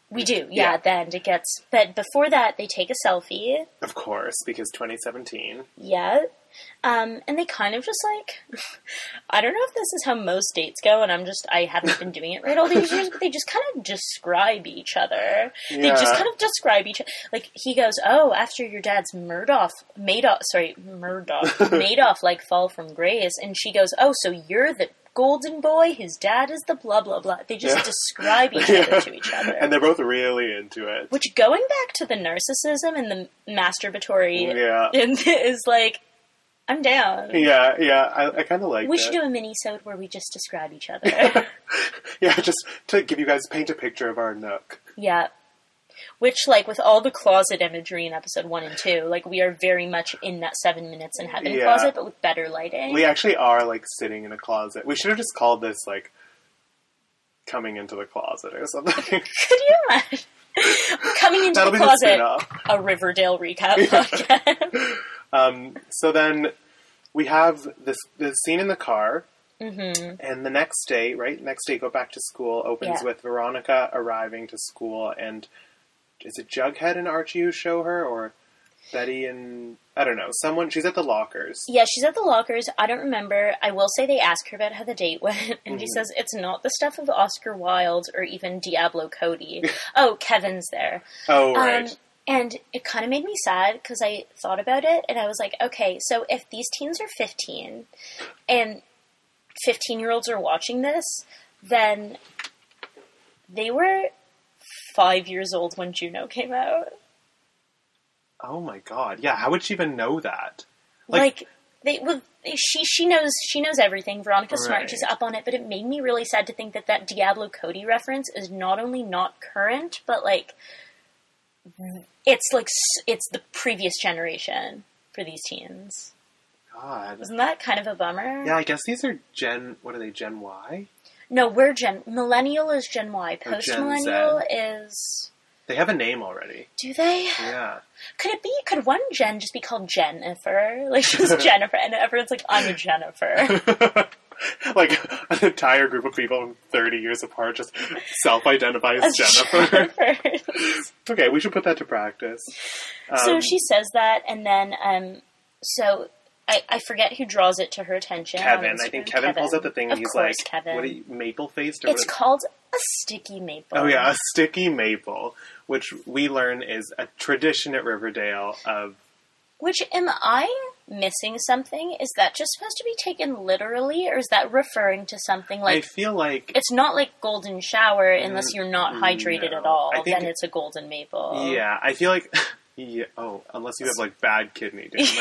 Speaker 2: We do, yeah,
Speaker 1: Yeah.
Speaker 2: at the end it gets but before that they take a selfie.
Speaker 1: of course, because 2017.
Speaker 2: Yeah. Um, and they kind of just like, I don't know if this is how most dates go, and I'm just, I haven't been doing it right all these years, but they just kind of describe each other. They just
Speaker 1: Yeah.
Speaker 2: kind of describe each other. Like, he goes, Oh, after your dad's Murdoch, Madoff, sorry, Murdoch, Madoff, like, fall from grace. And she goes, Oh, so you're the golden boy whose dad is the blah, blah, blah. They just
Speaker 1: Yeah.
Speaker 2: describe each other to each other.
Speaker 1: and they're both really into it.
Speaker 2: Which going back to the narcissism and the masturbatory
Speaker 1: Yeah,
Speaker 2: and is like, I'm down.
Speaker 1: yeah, yeah. I, I kind of like.
Speaker 2: we
Speaker 1: that.
Speaker 2: should do a mini sode where we just describe each other.
Speaker 1: yeah, just to give you guys paint a picture of our nook.
Speaker 2: yeah. Which, like, with all the closet imagery in episode one and two, like, we are very much in that seven minutes in heaven
Speaker 1: Yeah.
Speaker 2: closet, but with better lighting.
Speaker 1: We actually are like sitting in a closet. We should have just called this like coming into the closet or something.
Speaker 2: Could you imagine? Coming into
Speaker 1: That'll
Speaker 2: the
Speaker 1: be the spin
Speaker 2: closet,
Speaker 1: off.
Speaker 2: a Riverdale recap podcast.
Speaker 1: Um, so then we have this the scene in the car,
Speaker 2: hmm
Speaker 1: and the next day, right? Next day, go back to school opens
Speaker 2: Yeah.
Speaker 1: with Veronica arriving to school, and is it Jughead and Archie who show her, or Betty and I don't know someone? She's at the lockers.
Speaker 2: Yeah, she's at the lockers. I don't remember. I will say they ask her about how the date went, and she says it's not the stuff of Oscar Wilde or even Diablo Cody. oh, Kevin's there.
Speaker 1: Oh right,
Speaker 2: Um, and it kind of made me sad because I thought about it and I was like, okay, so if these teens are 15 and 15 year olds are watching this, then they were five years old when Juno came out.
Speaker 1: oh my god, yeah. How would she even know that?
Speaker 2: Like, they well, they- she she knows she knows everything. Veronica's smart.
Speaker 1: Right.
Speaker 2: She's up on it. But it made me really sad to think that that Diablo Cody reference is not only not current, but like it's like s- it's the previous generation for these teens.
Speaker 1: God,
Speaker 2: Isn't that kind of a bummer?
Speaker 1: yeah. I guess these are Gen. What are they? Gen Y.
Speaker 2: No, we're Gen Millennial is Gen Y.
Speaker 1: Or Gen
Speaker 2: Post
Speaker 1: Z.
Speaker 2: Millennial is.
Speaker 1: They have a name already.
Speaker 2: Do they?
Speaker 1: Yeah.
Speaker 2: Could it be? Could one Jen just be called Jennifer? Like she's Jennifer, and everyone's like, "I'm a Jennifer."
Speaker 1: like an entire group of people from 30 years apart just self-identify as Jennifer.
Speaker 2: Jennifer.
Speaker 1: okay, we should put that to practice. Um,
Speaker 2: So she says that, and then um, so I, I forget who draws it to her attention. on
Speaker 1: Kevin, I think
Speaker 2: Instagram.
Speaker 1: Kevin, pulls out the thing.
Speaker 2: Of
Speaker 1: and He's
Speaker 2: course,
Speaker 1: like,
Speaker 2: Kevin.
Speaker 1: "What are you maple faced?" Or
Speaker 2: it's
Speaker 1: what-
Speaker 2: called a sticky maple.
Speaker 1: oh yeah, a sticky maple, which we learn is a tradition at Riverdale of
Speaker 2: Which am I missing something? Is that just supposed to be taken literally, or is that referring to something
Speaker 1: I
Speaker 2: like?
Speaker 1: feel like
Speaker 2: It's not like golden shower unless you're not hydrated
Speaker 1: mm, no.
Speaker 2: at all.
Speaker 1: I think-
Speaker 2: then it's a golden maple.
Speaker 1: yeah, I feel like yeah. Oh, unless you have like bad kidney damage.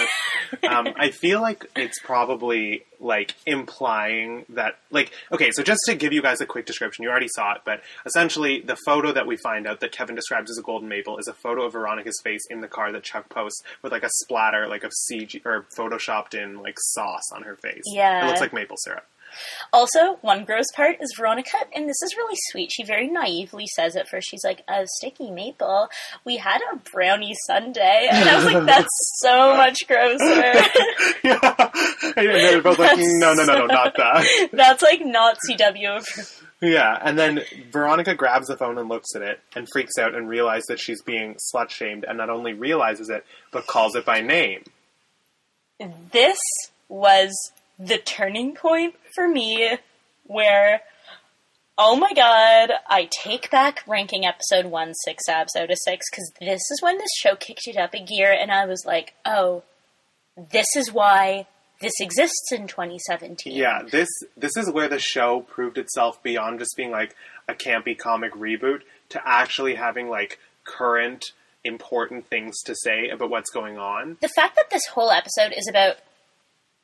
Speaker 1: um, I feel like it's probably like implying that, like, okay, so just to give you guys a quick description, you already saw it, but essentially the photo that we find out that Kevin describes as a golden maple is a photo of Veronica's face in the car that Chuck posts with like a splatter, like of CG or photoshopped in like sauce on her face.
Speaker 2: Yeah.
Speaker 1: it looks like maple syrup.
Speaker 2: Also, one gross part is Veronica, and this is really sweet. She very naively says at first, she's like, "A sticky maple. We had a brownie sundae," and I was like, "That's so much grosser.
Speaker 1: yeah, and they're both like,
Speaker 2: That's
Speaker 1: no, no, no, no, not that.
Speaker 2: That's like not CW." approved."
Speaker 1: Yeah, and then Veronica grabs the phone and looks at it and freaks out and realizes that she's being slut shamed and not only realizes it, but calls it by name.
Speaker 2: This was the turning point for me, where oh my god, I take back ranking episode one six abs out of six because this is when this show kicked it up a gear, and I was like, oh, this is why this exists in 2017.
Speaker 1: Yeah, this this is where the show proved itself beyond just being like a campy comic reboot to actually having like current important things to say about what's going on.
Speaker 2: The fact that this whole episode is about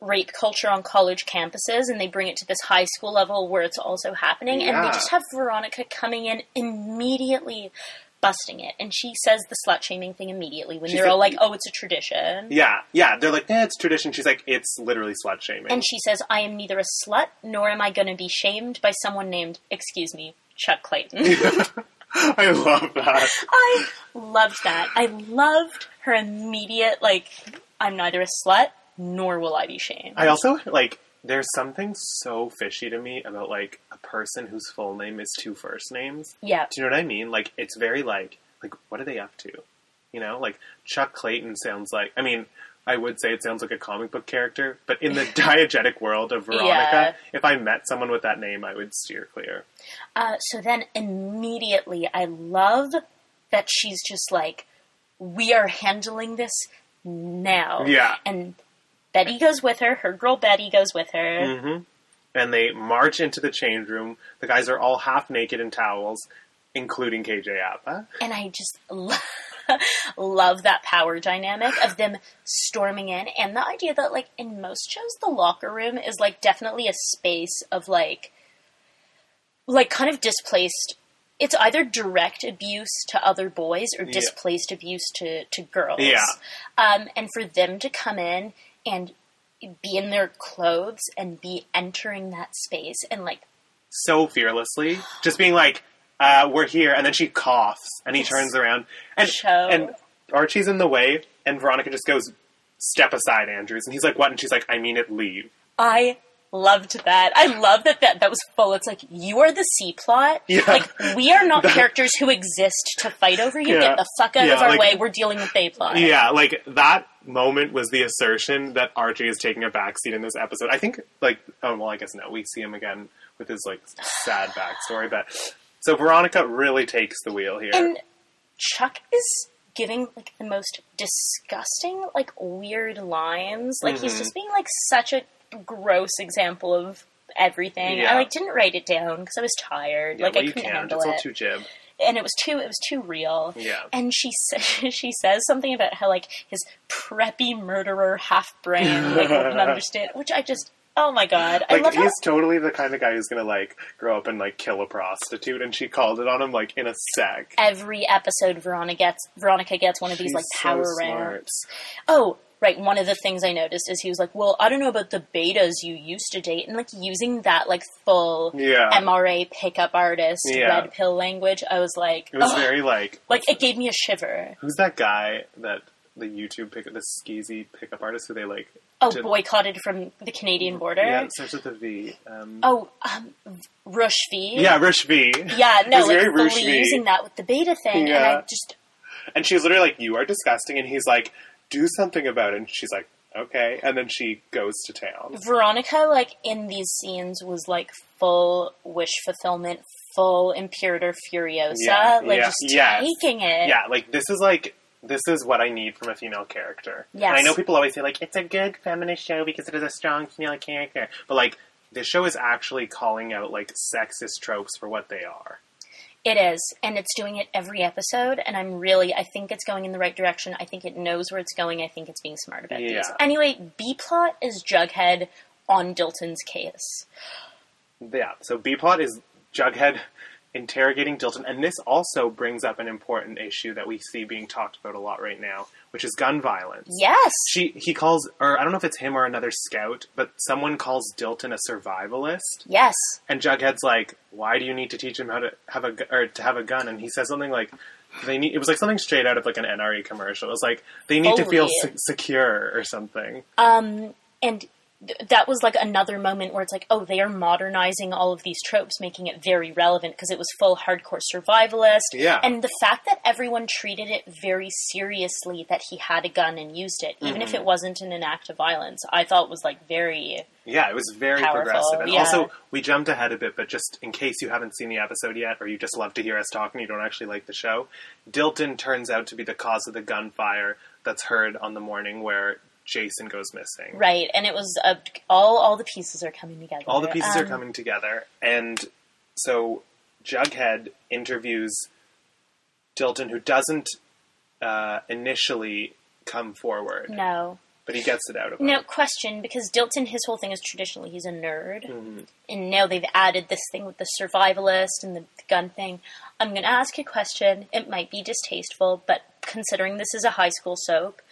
Speaker 2: rape culture on college campuses and they bring it to this high school level where it's also happening and we
Speaker 1: Yeah.
Speaker 2: just have Veronica coming in immediately busting it and she says the slut shaming thing immediately when
Speaker 1: She
Speaker 2: they're
Speaker 1: said-
Speaker 2: all like oh it's a tradition
Speaker 1: Yeah, yeah. They're like, eh, it's tradition. She's like, it's literally slut shaming.
Speaker 2: and she says I am neither a slut nor am I going to be shamed by someone named excuse me Chuck Clayton
Speaker 1: I love that.
Speaker 2: I loved that I loved her immediate like I'm neither a slut nor will I be shamed
Speaker 1: I also like. There's something so fishy to me about like a person whose full name is two first names.
Speaker 2: yeah
Speaker 1: Do you know what I mean? Like it's very like like what are they up to? You know, like Chuck Clayton sounds like I mean, I would say it sounds like a comic book character, but in the diegetic world of Veronica,
Speaker 2: Yeah.
Speaker 1: if I met someone with that name, I would steer clear.
Speaker 2: Uh, so then immediately, I love that she's just like, we are handling this now.
Speaker 1: Yeah.
Speaker 2: And Betty goes with her, her girl Betty goes with her.
Speaker 1: hmm And they march into the change room. The guys are all half naked in towels, including KJ Appa.
Speaker 2: And I just lo- love that power dynamic of them storming in and the idea that, like, in most shows, the locker room is, like, definitely a space of, like, like kind of displaced. It's either direct abuse to other boys or
Speaker 1: Yeah.
Speaker 2: displaced abuse to, to girls.
Speaker 1: Yeah.
Speaker 2: Um, and for them to come in and be in their clothes and be entering that space and, like,
Speaker 1: So fearlessly, just being like, uh, "We're here," and then she coughs, and he
Speaker 2: Yes.
Speaker 1: turns around, and
Speaker 2: Show.
Speaker 1: and Archie's in the way, and Veronica just goes, "Step aside, Andrews," and he's like, "What?" And she's like, "I mean it, leave."
Speaker 2: I loved that. I love that that, that was full. It's like you are the C plot.
Speaker 1: Yeah.
Speaker 2: Like we are not characters who exist to fight over you.
Speaker 1: Yeah.
Speaker 2: Get the fuck out
Speaker 1: Yeah,
Speaker 2: of our
Speaker 1: like-
Speaker 2: way. We're dealing with A plot.
Speaker 1: Yeah, like that moment was the assertion that Archie is taking a backseat in this episode. I think, like, oh, well, I guess no, we see him again with his like sad backstory, but so Veronica really takes the wheel here.
Speaker 2: And Chuck is giving like the most disgusting, like weird lines. Like he's
Speaker 1: Mhm.
Speaker 2: just being like such a gross example of everything.
Speaker 1: Yeah.
Speaker 2: I like didn't write it down because I was tired.
Speaker 1: yeah,
Speaker 2: like
Speaker 1: well,
Speaker 2: I
Speaker 1: you
Speaker 2: couldn't
Speaker 1: can't.
Speaker 2: handle
Speaker 1: It's all
Speaker 2: it.
Speaker 1: too jib.
Speaker 2: and it was too it was too real.
Speaker 1: Yeah.
Speaker 2: And she sa- she says something about how like his preppy murderer half brain like wouldn't understand, which I just oh my god I
Speaker 1: Like
Speaker 2: love
Speaker 1: he's
Speaker 2: how
Speaker 1: totally the kind of guy who's gonna like grow up and like kill a prostitute, and she called it on him like in a sec.
Speaker 2: every episode Veronica gets Veronica gets one of these
Speaker 1: She's
Speaker 2: like
Speaker 1: so
Speaker 2: power
Speaker 1: smart.
Speaker 2: ramps. Oh. Right, one of the things I noticed is he was like, "Well, I don't know about the betas you used to date," and like using that like full
Speaker 1: Yeah.
Speaker 2: MRA pickup artist
Speaker 1: Yeah.
Speaker 2: red pill language. I was like,
Speaker 1: It was
Speaker 2: "Ugh."
Speaker 1: very like
Speaker 2: like it gave me a shiver.
Speaker 1: Who's that guy that the YouTube pick the skeezy pickup artist who they like?
Speaker 2: Oh,
Speaker 1: did-
Speaker 2: boycotted from the Canadian border.
Speaker 1: Yeah, it starts with a V. Um,
Speaker 2: Oh, um, Rushvi.
Speaker 1: Yeah, Rush V.
Speaker 2: Yeah, no,
Speaker 1: It was
Speaker 2: like
Speaker 1: very
Speaker 2: fully
Speaker 1: Rushvi.
Speaker 2: using that with the beta thing, and
Speaker 1: Yeah.
Speaker 2: I just
Speaker 1: And she's literally like, "You are disgusting," and he's like, "Do something about it." And she's like, "Okay," and then she goes to town.
Speaker 2: Veronica, like in these scenes, was like full wish fulfillment, full Imperator Furiosa,
Speaker 1: Yeah,
Speaker 2: like
Speaker 1: yeah,
Speaker 2: just
Speaker 1: yes.
Speaker 2: taking it.
Speaker 1: Yeah, like this is like this is what I need from a female character.
Speaker 2: Yes.
Speaker 1: And I know people always say like it's a good feminist show because it is a strong female character, but like this show is actually calling out like sexist tropes for what they are.
Speaker 2: It is, and it's doing it every episode, and I'm really, I think it's going in the right direction. I think it knows where it's going. I think it's being smart about
Speaker 1: Yeah.
Speaker 2: these. Anyway, B plot is Jughead on Dilton's case.
Speaker 1: Yeah. So B plot is Jughead interrogating Dilton, and this also brings up an important issue that we see being talked about a lot right now, which is gun violence.
Speaker 2: Yes,
Speaker 1: She he calls or I don't know if it's him or another scout, but someone calls Dilton a survivalist.
Speaker 2: yes.
Speaker 1: And Jughead's like, "Why do you need to teach him how to have a gu- or to have a gun?" And he says something like, "They need." It was like something straight out of like an E
Speaker 2: Oh,
Speaker 1: NRA commercial. It was like they need to feel
Speaker 2: Fully.
Speaker 1: se- secure or something.
Speaker 2: Um, and th- that was like another moment where it's like, oh, they are modernizing all of these tropes, making it very relevant because it was full hardcore survivalist.
Speaker 1: Yeah.
Speaker 2: And the fact that everyone treated it very seriously that he had a gun and used it, even
Speaker 1: Mm-hmm.
Speaker 2: if it wasn't in an act of violence, I thought was like very.
Speaker 1: Yeah, it was very
Speaker 2: Powerful,
Speaker 1: progressive. And
Speaker 2: yeah.
Speaker 1: also, we jumped ahead a bit, but just in case you haven't seen the episode yet, or you just love to hear us talk and you don't actually like the show, Dilton turns out to be the cause of the gunfire that's heard on the morning where Jason goes missing.
Speaker 2: Right, and it was uh, all all the pieces are coming together.
Speaker 1: All the pieces are
Speaker 2: Um,
Speaker 1: coming together, and so Jughead interviews Dilton, who doesn't uh, initially come forward,
Speaker 2: No,
Speaker 1: but he gets it out of him.
Speaker 2: Now, question because Dilton, his whole thing is traditionally he's a nerd,
Speaker 1: Mm-hmm.
Speaker 2: and now they've added this thing with the survivalist and the gun thing. I'm going to ask a question. It might be distasteful, but considering this is a high school soap,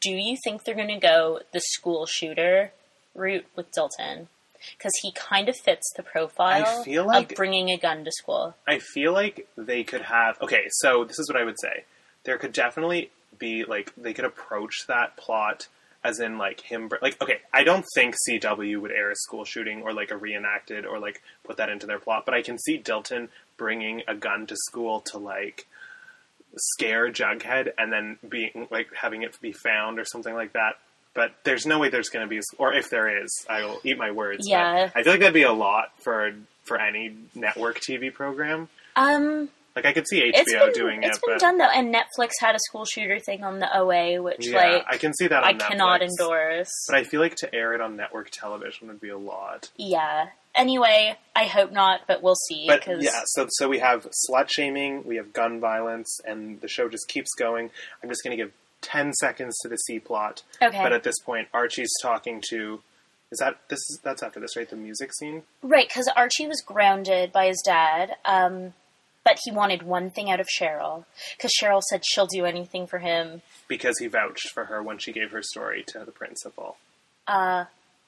Speaker 2: do you think they're going to go the school shooter route with Dilton? Because he kind of fits the profile
Speaker 1: feel like-
Speaker 2: of bringing a gun to school.
Speaker 1: I feel like they could have. Okay, so this is what I would say. There could definitely be like they could approach that plot as in like him br- like okay i don't think cw would air a school shooting or like a reenacted or like put that into their plot but i can see dilton bringing a gun to school to like scare jughead and then being like having it be found or something like that but there's no way there's going to be a, s- or if there is i will eat my words but
Speaker 2: Yeah.
Speaker 1: i feel like that'd be a lot for for any network tv program
Speaker 2: Um,
Speaker 1: like I could see HBO
Speaker 2: it's been,
Speaker 1: doing
Speaker 2: it's
Speaker 1: it,
Speaker 2: been
Speaker 1: but
Speaker 2: done though, and Netflix had a school shooter thing on the OA, which
Speaker 1: yeah,
Speaker 2: like
Speaker 1: I can see that. On
Speaker 2: I cannot
Speaker 1: Netflix.
Speaker 2: endorse.
Speaker 1: But I feel like to air it on network television would be a lot.
Speaker 2: Yeah. Anyway, I hope not, but we'll see.
Speaker 1: But
Speaker 2: 'cause-
Speaker 1: yeah, so so we have slut shaming, we have gun violence, and the show just keeps going. I'm just going to give ten seconds to the C plot,
Speaker 2: Okay.
Speaker 1: but at this point, Archie's talking to. Is that this? Is that's after this, right? The music scene.
Speaker 2: right, because Archie was grounded by his dad, um, but he wanted one thing out of Cheryl. Because Cheryl said she'll do anything for him.
Speaker 1: Because he vouched for her when she gave her story to the principal.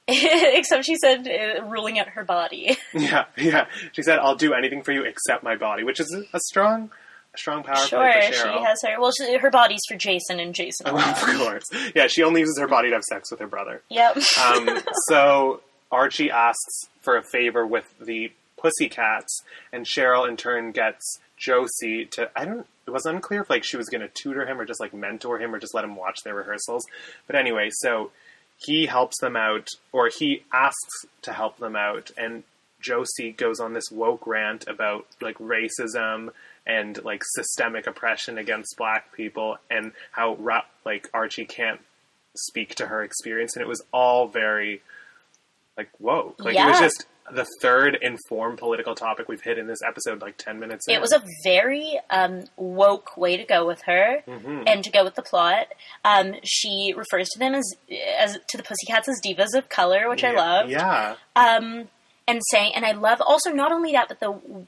Speaker 2: Except she said uh, ruling out her body.
Speaker 1: Yeah, yeah. She said, "I'll do anything for you except my body," which is a strong, a strong power play
Speaker 2: sure,
Speaker 1: for
Speaker 2: she
Speaker 1: Cheryl.
Speaker 2: has her. Well, she, her body's for Jason and Jason.
Speaker 1: Oh,
Speaker 2: alone.
Speaker 1: of course. Yeah, she only uses her body to have sex with her brother.
Speaker 2: Yep.
Speaker 1: Um, so Archie asks for a favor with the Pussycats, and Cheryl in turn gets Josie to. I don't. It was unclear if like she was going to tutor him or just like mentor him or just let him watch their rehearsals. But anyway, so he helps them out, or he asks to help them out, and Josie goes on this woke rant about like racism and like systemic oppression against black people, and how ra- like Archie can't speak to her experience, and it was all very like whoa, like it was
Speaker 2: Yeah.
Speaker 1: just the third informed political topic we've hit in this episode, like ten minutes.
Speaker 2: It
Speaker 1: in.
Speaker 2: was a very um, woke way to go with her
Speaker 1: Mm-hmm.
Speaker 2: and to go with the plot. Um, she refers to them as, as to the Pussycats as divas of color, which I
Speaker 1: Yeah.
Speaker 2: love.
Speaker 1: Yeah,
Speaker 2: and saying, and I love also not only that, but the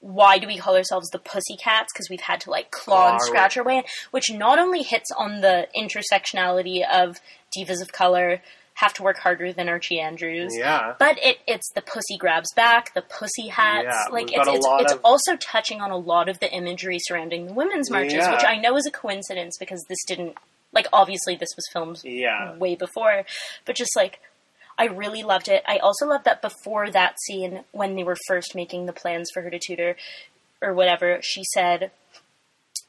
Speaker 2: why do we call ourselves the pussycats? Because we've had to like claw and
Speaker 1: Claw.
Speaker 2: scratch our way in, which not only hits on the intersectionality of divas of color have to work harder than Archie Andrews.
Speaker 1: yeah.
Speaker 2: But it, it's the pussy grabs back, the pussy hats.
Speaker 1: Yeah,
Speaker 2: like
Speaker 1: we've
Speaker 2: it's
Speaker 1: got a
Speaker 2: it's,
Speaker 1: lot
Speaker 2: it's
Speaker 1: of-
Speaker 2: also touching on a lot of the imagery surrounding the women's marches,
Speaker 1: Yeah.
Speaker 2: which I know is a coincidence because this didn't like obviously this was filmed
Speaker 1: Yeah.
Speaker 2: way before, but just like I really loved it. I also loved that before that scene when they were first making the plans for her to tutor or whatever, she said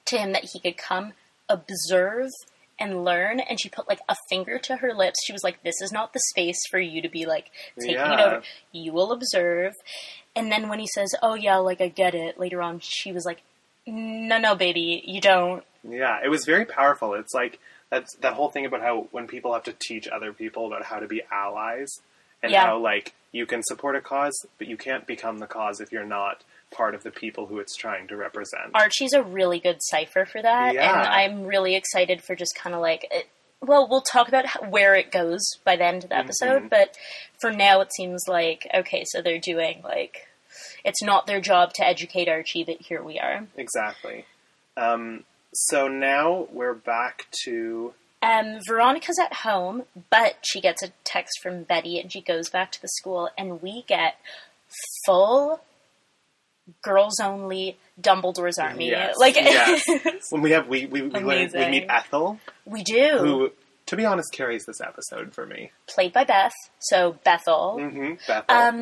Speaker 2: to him that he could come observe and learn and she put like a finger to her lips she was like this is not the space for you to be like taking it
Speaker 1: Yeah.
Speaker 2: over you will observe and then when he says oh yeah like i get it later on she was like no no baby you don't
Speaker 1: Yeah, it was very powerful. It's like that's that whole thing about how when people have to teach other people about how to be allies and
Speaker 2: Yeah.
Speaker 1: how like you can support a cause, but you can't become the cause if you're not part of the people who it's trying to represent.
Speaker 2: Archie's a really good cipher for that,
Speaker 1: Yeah.
Speaker 2: and I'm really excited for just kind of like. It, well, we'll talk about how, where it goes by the end of the
Speaker 1: Mm-hmm.
Speaker 2: episode, but for now, it seems like okay. So they're doing like it's not their job to educate Archie, but here we are.
Speaker 1: Exactly. Um, so now we're back to
Speaker 2: Um, Veronica's at home, but she gets a text from Betty, and she goes back to the school, and we get full girls only Dumbledore's army.
Speaker 1: Yes,
Speaker 2: Like
Speaker 1: yes. when we have we we we, learn, we
Speaker 2: Amazing.
Speaker 1: meet Ethel
Speaker 2: we do.
Speaker 1: who to be honest, carries this episode for me.
Speaker 2: played by Beth, so Bethel.
Speaker 1: hmm Bethel.
Speaker 2: Um,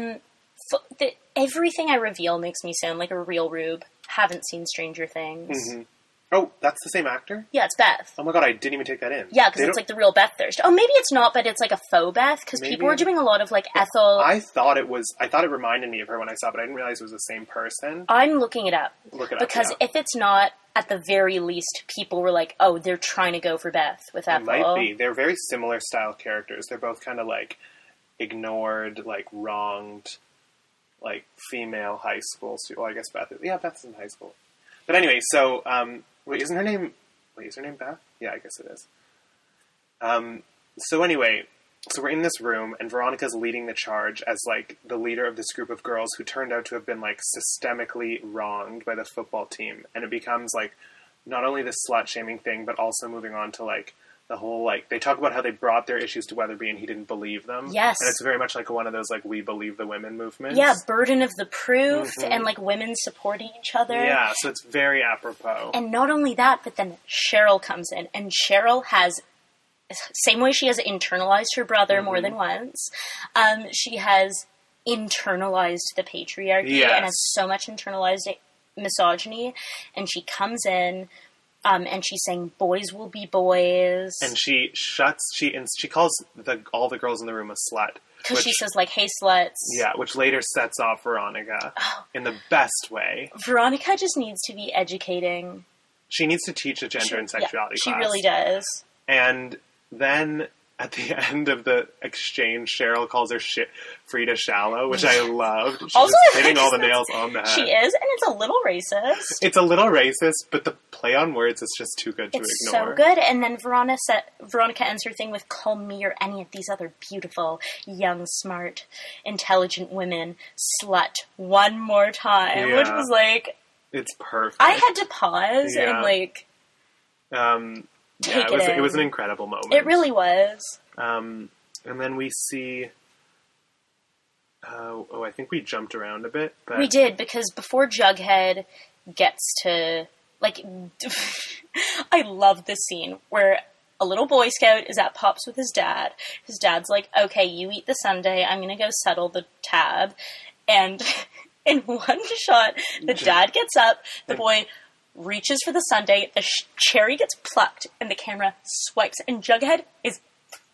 Speaker 2: f- the, everything I reveal makes me sound like a real rube. Haven't seen Stranger Things.
Speaker 1: Mhm. Oh, that's the same actor.
Speaker 2: Yeah, it's Beth.
Speaker 1: Oh my god, I didn't even take that in.
Speaker 2: Yeah, because
Speaker 1: They
Speaker 2: it's
Speaker 1: don't-
Speaker 2: like the real Beth Thirst. Oh, maybe it's not, but it's like a faux Beth because people
Speaker 1: Maybe.
Speaker 2: were doing a lot of like Ethel.
Speaker 1: I thought it was. I thought it reminded me of her when I saw, it, but I didn't realize it was the same person.
Speaker 2: I'm looking it up
Speaker 1: Look it up,
Speaker 2: because
Speaker 1: yeah.
Speaker 2: if it's not, at the very least, people were like, "Oh, they're trying to go for Beth with
Speaker 1: It
Speaker 2: Ethel."
Speaker 1: might be. They're very similar style characters. They're both kind of like ignored, like wronged, like female high school student. Well, I guess Beth. Is, yeah, Beth's in high school. But anyway, so um, wait, isn't her name? Wait, is her name Beth? Yeah, I guess it is. Um, so anyway, so we're in this room, and Veronica's leading the charge as like the leader of this group of girls who turned out to have been like systemically wronged by the football team, and it becomes like not only the slut shaming thing, but also moving on to like the whole like they talk about how they brought their issues to Weatherby and he didn't believe them.
Speaker 2: Yes.
Speaker 1: and it's very much like one of those like we believe the women movements.
Speaker 2: Yeah, burden of the proof
Speaker 1: Mhm.
Speaker 2: and like women supporting each other.
Speaker 1: yeah. So it's very apropos.
Speaker 2: And not only that, but then Cheryl comes in, and Cheryl has same way she has internalized her brother more than
Speaker 1: Mm-hmm.
Speaker 2: once. Um, she has internalized the patriarchy
Speaker 1: Yes.
Speaker 2: and has so much internalized misogyny, and she comes in. Um, and she's saying, "Boys will be boys,"
Speaker 1: and she shuts. She and she calls the all the girls in the room a slut.
Speaker 2: because she
Speaker 1: which-
Speaker 2: says, "Like, hey, sluts."
Speaker 1: Yeah, which later sets off Veronica
Speaker 2: Oh.
Speaker 1: in the best way.
Speaker 2: Veronica just needs to be educating.
Speaker 1: She needs to teach a gender and
Speaker 2: Yeah,
Speaker 1: sexuality
Speaker 2: she
Speaker 1: class.
Speaker 2: really does.
Speaker 1: And then at the end of the exchange, Cheryl calls her shit Frida shallow, which I loved. She's
Speaker 2: Also,
Speaker 1: just
Speaker 2: I
Speaker 1: hitting all the
Speaker 2: just-
Speaker 1: nails on the head.
Speaker 2: She is, and it's a little racist.
Speaker 1: It's a little racist, but the play on words is just too good to
Speaker 2: It's
Speaker 1: ignore.
Speaker 2: so good. And then Veronica, Veronica ends her thing with call me or any of these other beautiful, young, smart, intelligent women slut one more time, which
Speaker 1: Yeah.
Speaker 2: was like
Speaker 1: It's perfect.
Speaker 2: I had to pause
Speaker 1: Yeah.
Speaker 2: and like
Speaker 1: um, yeah,
Speaker 2: Take
Speaker 1: it
Speaker 2: it
Speaker 1: was
Speaker 2: in.
Speaker 1: it was an incredible moment.
Speaker 2: it really was.
Speaker 1: Um, and then we see. Uh, oh, I think we jumped around a bit, but
Speaker 2: We did because before Jughead gets to like, I love this scene where a little boy scout is at Pops with his dad. His dad's like, "Okay, you eat the sundae. I'm gonna go settle the tab," and in one shot, the dad gets up. The boy. Reaches for the sundae, the sh- cherry gets plucked, and the camera swipes. And Jughead is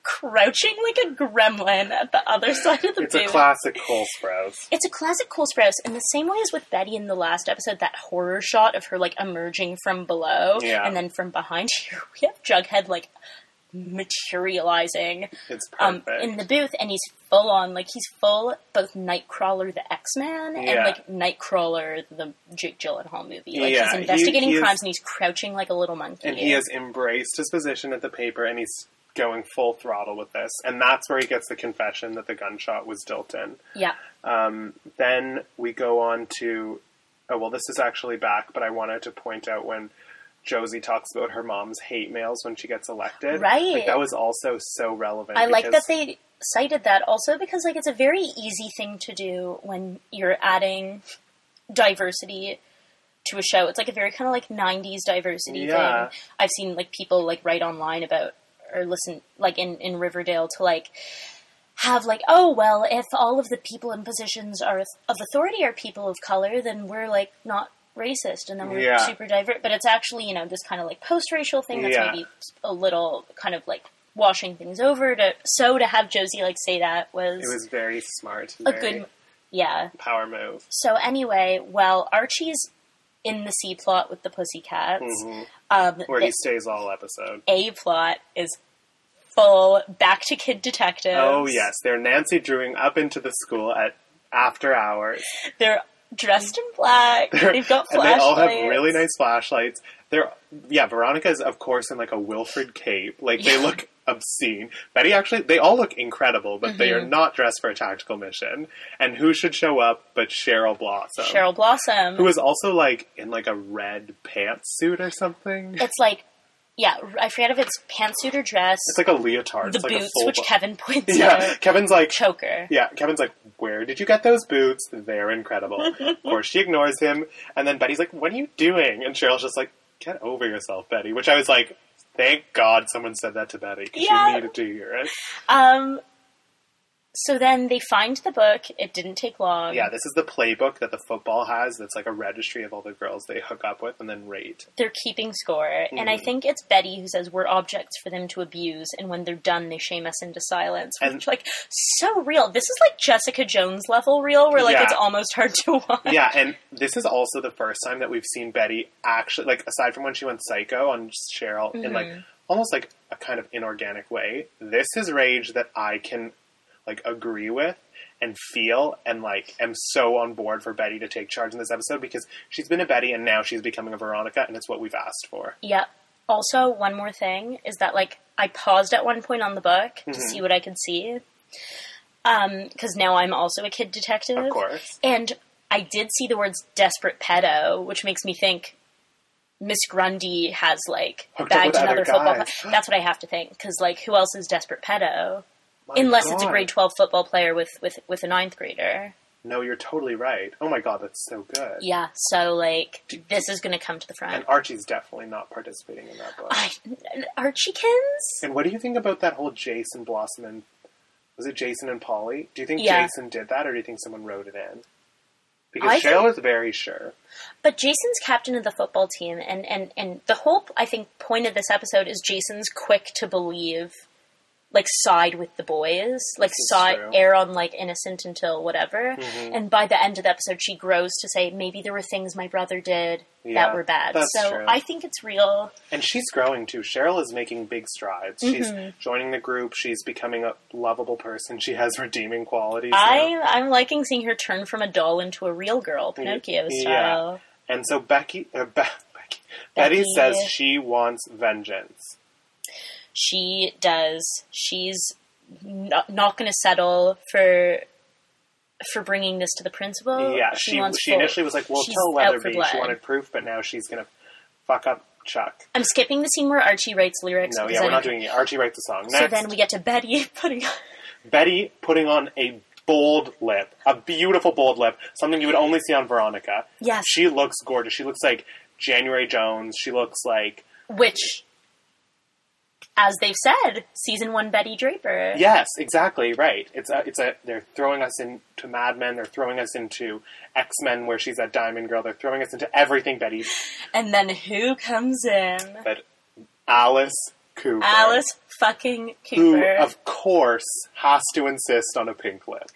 Speaker 2: crouching like a gremlin at the other side of the
Speaker 1: It's
Speaker 2: booth.
Speaker 1: a classic Cole Sprouse.
Speaker 2: It's a classic Cole Sprouse in the same way as with Betty in the last episode, that horror shot of her like emerging from below
Speaker 1: Yeah.
Speaker 2: and then from behind. Here we have Jughead like materializing
Speaker 1: It's
Speaker 2: um,
Speaker 1: perfect.
Speaker 2: in the booth, and he's full on like he's full both Nightcrawler the X Man
Speaker 1: Yeah.
Speaker 2: and like Nightcrawler the Jake Gyllenhaal movie. Like
Speaker 1: Yeah,
Speaker 2: he's
Speaker 1: he-
Speaker 2: investigating
Speaker 1: he is-
Speaker 2: crimes and he's crouching like a little monkey.
Speaker 1: and he has embraced his position at the paper, and he's going full throttle with this. And that's where he gets the confession that the gunshot was Dilton.
Speaker 2: yeah.
Speaker 1: Um, then we go on to. Oh, well, this is actually back, but I wanted to point out when Josie talks about her mom's hate mails when she gets elected.
Speaker 2: Right.
Speaker 1: Like, that was also so relevant.
Speaker 2: I like that
Speaker 1: because-
Speaker 2: they cited that also because like it's a very easy thing to do when you're adding diversity to a show. It's like a very kind of like 90s diversity
Speaker 1: Yeah.
Speaker 2: thing. I've seen like people like write online about or listen like in in Riverdale to like have like oh well if all of the people in positions are of authority are people of color then we're like not racist and then we're
Speaker 1: Yeah.
Speaker 2: super diverse but it's actually you know this kind of like post-racial thing that's
Speaker 1: Yeah.
Speaker 2: maybe a little kind of like washing things over to so to have Josie like say that was,
Speaker 1: It was very smart.
Speaker 2: a
Speaker 1: very
Speaker 2: good yeah
Speaker 1: power move.
Speaker 2: so anyway while Archie's in the C plot with the Pussycats
Speaker 1: Mhm.
Speaker 2: um
Speaker 1: Where
Speaker 2: the
Speaker 1: he stays all episode.
Speaker 2: A plot is full back to kid detectives
Speaker 1: Oh yes, they're Nancy Drewing up into the school at after hours.
Speaker 2: they're dressed in black they've got
Speaker 1: and
Speaker 2: flashlights
Speaker 1: they all have really nice flashlights. They're yeah, Veronica's of course in like a Wilfred cape. Like they
Speaker 2: Yeah.
Speaker 1: look obscene. Betty actually they all look incredible, but they
Speaker 2: Mm-hmm.
Speaker 1: are not dressed for a tactical mission. And who should show up but Cheryl Blossom.
Speaker 2: Cheryl Blossom
Speaker 1: Who is also like in like a red pantsuit or something.
Speaker 2: it's like yeah I forget if it's pantsuit or dress
Speaker 1: It's like a leotard.
Speaker 2: the
Speaker 1: it's like a
Speaker 2: boots
Speaker 1: full
Speaker 2: which
Speaker 1: bo-
Speaker 2: Kevin points
Speaker 1: Yeah.
Speaker 2: out
Speaker 1: Kevin's like
Speaker 2: choker
Speaker 1: Yeah, Kevin's like, Where did you get those boots? They're incredible. of course, she ignores him. And then Betty's like, What are you doing? And Cheryl's just like, Get over yourself, Betty. Which I was like, Thank God someone said that to Betty because
Speaker 2: Yeah.
Speaker 1: she needed to hear it.
Speaker 2: Um, so then they find the book. It didn't take long.
Speaker 1: Yeah, this is the playbook that the football has. That's like a registry of all the girls they hook up with and then rate.
Speaker 2: They're keeping score. And
Speaker 1: Mm-hmm.
Speaker 2: I think it's Betty who says, We're objects for them to abuse. And when they're done, they shame us into silence. Which,
Speaker 1: And-
Speaker 2: like, so real. This is like Jessica Jones level real, where, like,
Speaker 1: Yeah.
Speaker 2: it's almost hard to watch.
Speaker 1: Yeah, and this is also the first time that we've seen Betty actually, like, aside from when she went psycho on Cheryl, in
Speaker 2: Mm-hmm.
Speaker 1: like almost like a kind of inorganic way. This is rage that I can like agree with and feel, and like am so on board for Betty to take charge in this episode because she's been a Betty and now she's becoming a Veronica, and it's what we've asked for.
Speaker 2: Yep. Also, one more thing is that like I paused at one point on the book to
Speaker 1: Mhm.
Speaker 2: see what I could see, because now I'm also a kid detective,
Speaker 1: Of course,
Speaker 2: and I did see the words "desperate pedo," which makes me think Miss Grundy has like
Speaker 1: Hooked up
Speaker 2: bagged
Speaker 1: with
Speaker 2: another
Speaker 1: other
Speaker 2: football.
Speaker 1: guys.
Speaker 2: pla- That's what I have to think, because like who else is desperate pedo?
Speaker 1: My
Speaker 2: Unless it's a
Speaker 1: God.
Speaker 2: grade twelve football player with with with a ninth grader.
Speaker 1: No, you're totally right. Oh my God, that's so good.
Speaker 2: Yeah. So like this is going to come to the
Speaker 1: And
Speaker 2: front.
Speaker 1: Archie's definitely not participating in that book.
Speaker 2: I, Archiekins.
Speaker 1: And what do you think about that whole Jason Blossom and was it Jason and Polly? Do you think
Speaker 2: Yeah.
Speaker 1: Jason did that, or do you think someone wrote it in? Because
Speaker 2: I
Speaker 1: Cheryl is very sure.
Speaker 2: But Jason's captain of the football team, and, and, and the whole, I think, point of this episode is Jason's quick to believe, like, side with the boys, like,
Speaker 1: is
Speaker 2: side,
Speaker 1: true. Mm-hmm.
Speaker 2: err on, like, innocent until whatever. And by the end of the episode, she grows to say, maybe there were things my brother did
Speaker 1: Yeah,
Speaker 2: that were bad.
Speaker 1: that's
Speaker 2: so
Speaker 1: true.
Speaker 2: I think it's real.
Speaker 1: And she's growing too. Cheryl is making big strides.
Speaker 2: Mm-hmm.
Speaker 1: She's joining the group. She's becoming a lovable person. She has redeeming qualities. now.
Speaker 2: I, I'm liking seeing her turn from a doll into a real girl, Pinocchio
Speaker 1: yeah.
Speaker 2: style.
Speaker 1: And so Becky, uh, Be- Becky,
Speaker 2: Becky.
Speaker 1: Betty says she wants vengeance.
Speaker 2: She does. She's not, not going to settle for for bringing this to the principal.
Speaker 1: yeah, she she,
Speaker 2: wants full-
Speaker 1: initially was like, "Well,
Speaker 2: she's
Speaker 1: tell
Speaker 2: out for
Speaker 1: Weatherby."
Speaker 2: blood.
Speaker 1: She wanted proof, but now she's gonna fuck up Chuck.
Speaker 2: I'm skipping the scene where Archie writes lyrics.
Speaker 1: No,
Speaker 2: because
Speaker 1: yeah,
Speaker 2: I
Speaker 1: we're not
Speaker 2: don't-
Speaker 1: doing it. Archie writes a song. Next.
Speaker 2: So then we get to Betty putting.
Speaker 1: Betty putting on a bold lip, a beautiful bold lip, something you would only see on Veronica.
Speaker 2: Yes.
Speaker 1: She looks gorgeous. She looks like January Jones. She looks like
Speaker 2: Which, as they've said, season one Betty Draper.
Speaker 1: yes, exactly right. It's a, it's a they're throwing us into Mad Men. They're throwing us into X Men, where she's that Diamond Girl. They're throwing us into everything Betty,
Speaker 2: And then who comes in?
Speaker 1: but Alice Cooper,
Speaker 2: Alice fucking
Speaker 1: who
Speaker 2: Cooper.
Speaker 1: of course has to insist on a pink lip.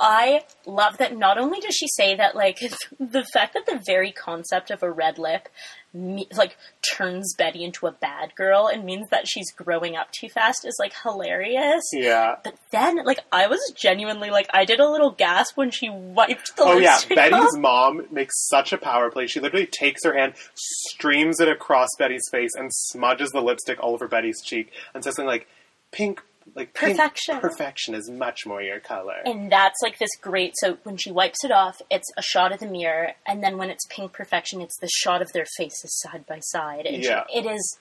Speaker 2: I love that not only does she say that, like, the fact that the very concept of a red lip, me- like, turns Betty into a bad girl and means that she's growing up too fast is, like, hilarious.
Speaker 1: Yeah.
Speaker 2: But then, like, I was genuinely, like, I did a little gasp when she wiped the
Speaker 1: Oh yeah,
Speaker 2: lipstick
Speaker 1: Betty's
Speaker 2: off.
Speaker 1: mom makes such a power play. She literally takes her hand, streams it across Betty's face, and smudges the lipstick all over Betty's cheek, and says something like, "Pink, like pink
Speaker 2: Perfection.
Speaker 1: perfection is much more your color."
Speaker 2: And that's, like, this great, so when she wipes it off, it's a shot of the mirror, and then when it's pink perfection, it's the shot of their faces side by side. And she-
Speaker 1: Yeah.
Speaker 2: it is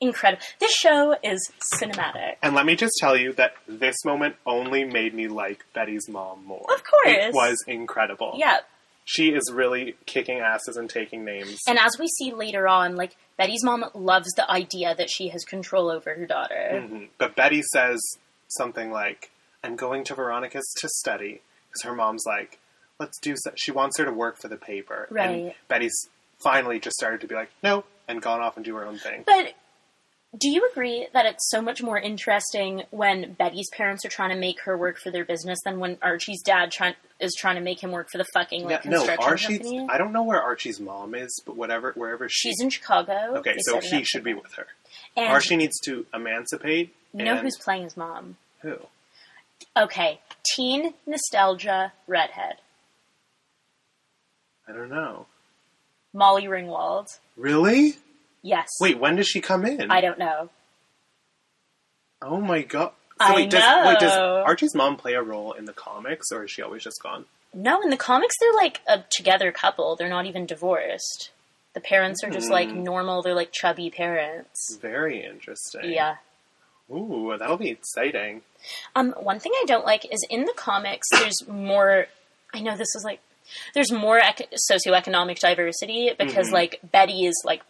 Speaker 2: incredible. This show is cinematic.
Speaker 1: And let me just tell you that this moment only made me like Betty's mom more.
Speaker 2: Of course.
Speaker 1: it was incredible.
Speaker 2: Yeah.
Speaker 1: she is really kicking asses and taking names.
Speaker 2: And as we see later on, like Betty's mom loves the idea that she has control over her daughter.
Speaker 1: Mhm. But Betty says something like, I'm going to Veronica's to study. Because her mom's like, let's do so. She wants her to work for the paper. And
Speaker 2: Right.
Speaker 1: Betty's finally just started to be like, no, and gone off and do her own thing.
Speaker 2: But do you agree that it's so much more interesting when Betty's parents are trying to make her work for their business than when Archie's dad try- is trying to make him work for the fucking
Speaker 1: Yeah,
Speaker 2: like,
Speaker 1: no,
Speaker 2: construction
Speaker 1: Archie's.
Speaker 2: company?
Speaker 1: I don't know where Archie's mom is, but whatever, wherever she-
Speaker 2: She's in Chicago.
Speaker 1: Okay,
Speaker 2: They
Speaker 1: so
Speaker 2: set it
Speaker 1: he
Speaker 2: up.
Speaker 1: should be with her.
Speaker 2: And
Speaker 1: Archie needs to emancipate.
Speaker 2: you know
Speaker 1: and
Speaker 2: who's playing his mom?
Speaker 1: who?
Speaker 2: Okay, teen nostalgia redhead
Speaker 1: I don't know.
Speaker 2: Molly Ringwald.
Speaker 1: Really?
Speaker 2: Yes.
Speaker 1: Wait, when does she come in?
Speaker 2: I don't know.
Speaker 1: Oh my god. So
Speaker 2: I
Speaker 1: wait, does, wait, does
Speaker 2: know.
Speaker 1: Archie's mom play a role in the comics, or is she always just gone?
Speaker 2: No, in the comics, they're like a together couple. They're not even divorced. The parents are just like
Speaker 1: Hmm.
Speaker 2: normal. They're like chubby parents.
Speaker 1: Very interesting.
Speaker 2: Yeah.
Speaker 1: Ooh, that'll be exciting.
Speaker 2: Um. One thing I don't like is in the comics, there's more. I know
Speaker 1: Mm-hmm.
Speaker 2: this is like there's more ec- socioeconomic diversity because like Betty is like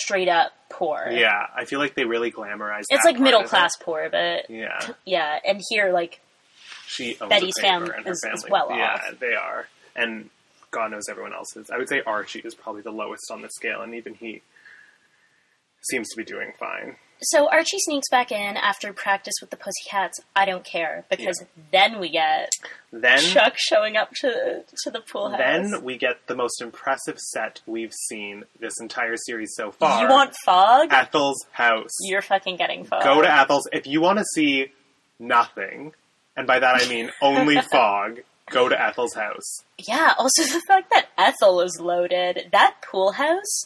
Speaker 2: straight up poor.
Speaker 1: Yeah, I feel like they really glamorize.
Speaker 2: It's
Speaker 1: that
Speaker 2: like
Speaker 1: part
Speaker 2: middle
Speaker 1: of it.
Speaker 2: class poor, but
Speaker 1: Yeah,
Speaker 2: yeah, and here like
Speaker 1: she owns
Speaker 2: Betty's
Speaker 1: a paper
Speaker 2: fam-
Speaker 1: and her
Speaker 2: is-
Speaker 1: family.
Speaker 2: is well
Speaker 1: yeah,
Speaker 2: off.
Speaker 1: they are, and God knows everyone else is. I would say Archie is probably the lowest on the scale, and even he seems to be doing fine.
Speaker 2: so Archie sneaks back in after practice with the Pussycats. I don't care because then we get
Speaker 1: Then,
Speaker 2: Chuck showing up to to the pool house.
Speaker 1: then we get the most impressive set we've seen this entire series so far.
Speaker 2: you want fog?
Speaker 1: Ethel's house?
Speaker 2: You're fucking getting fog.
Speaker 1: Go to Ethel's if you want to see nothing, and by that I mean only fog. Go to Ethel's house.
Speaker 2: yeah. Also, the fact that Ethel is loaded. That pool house.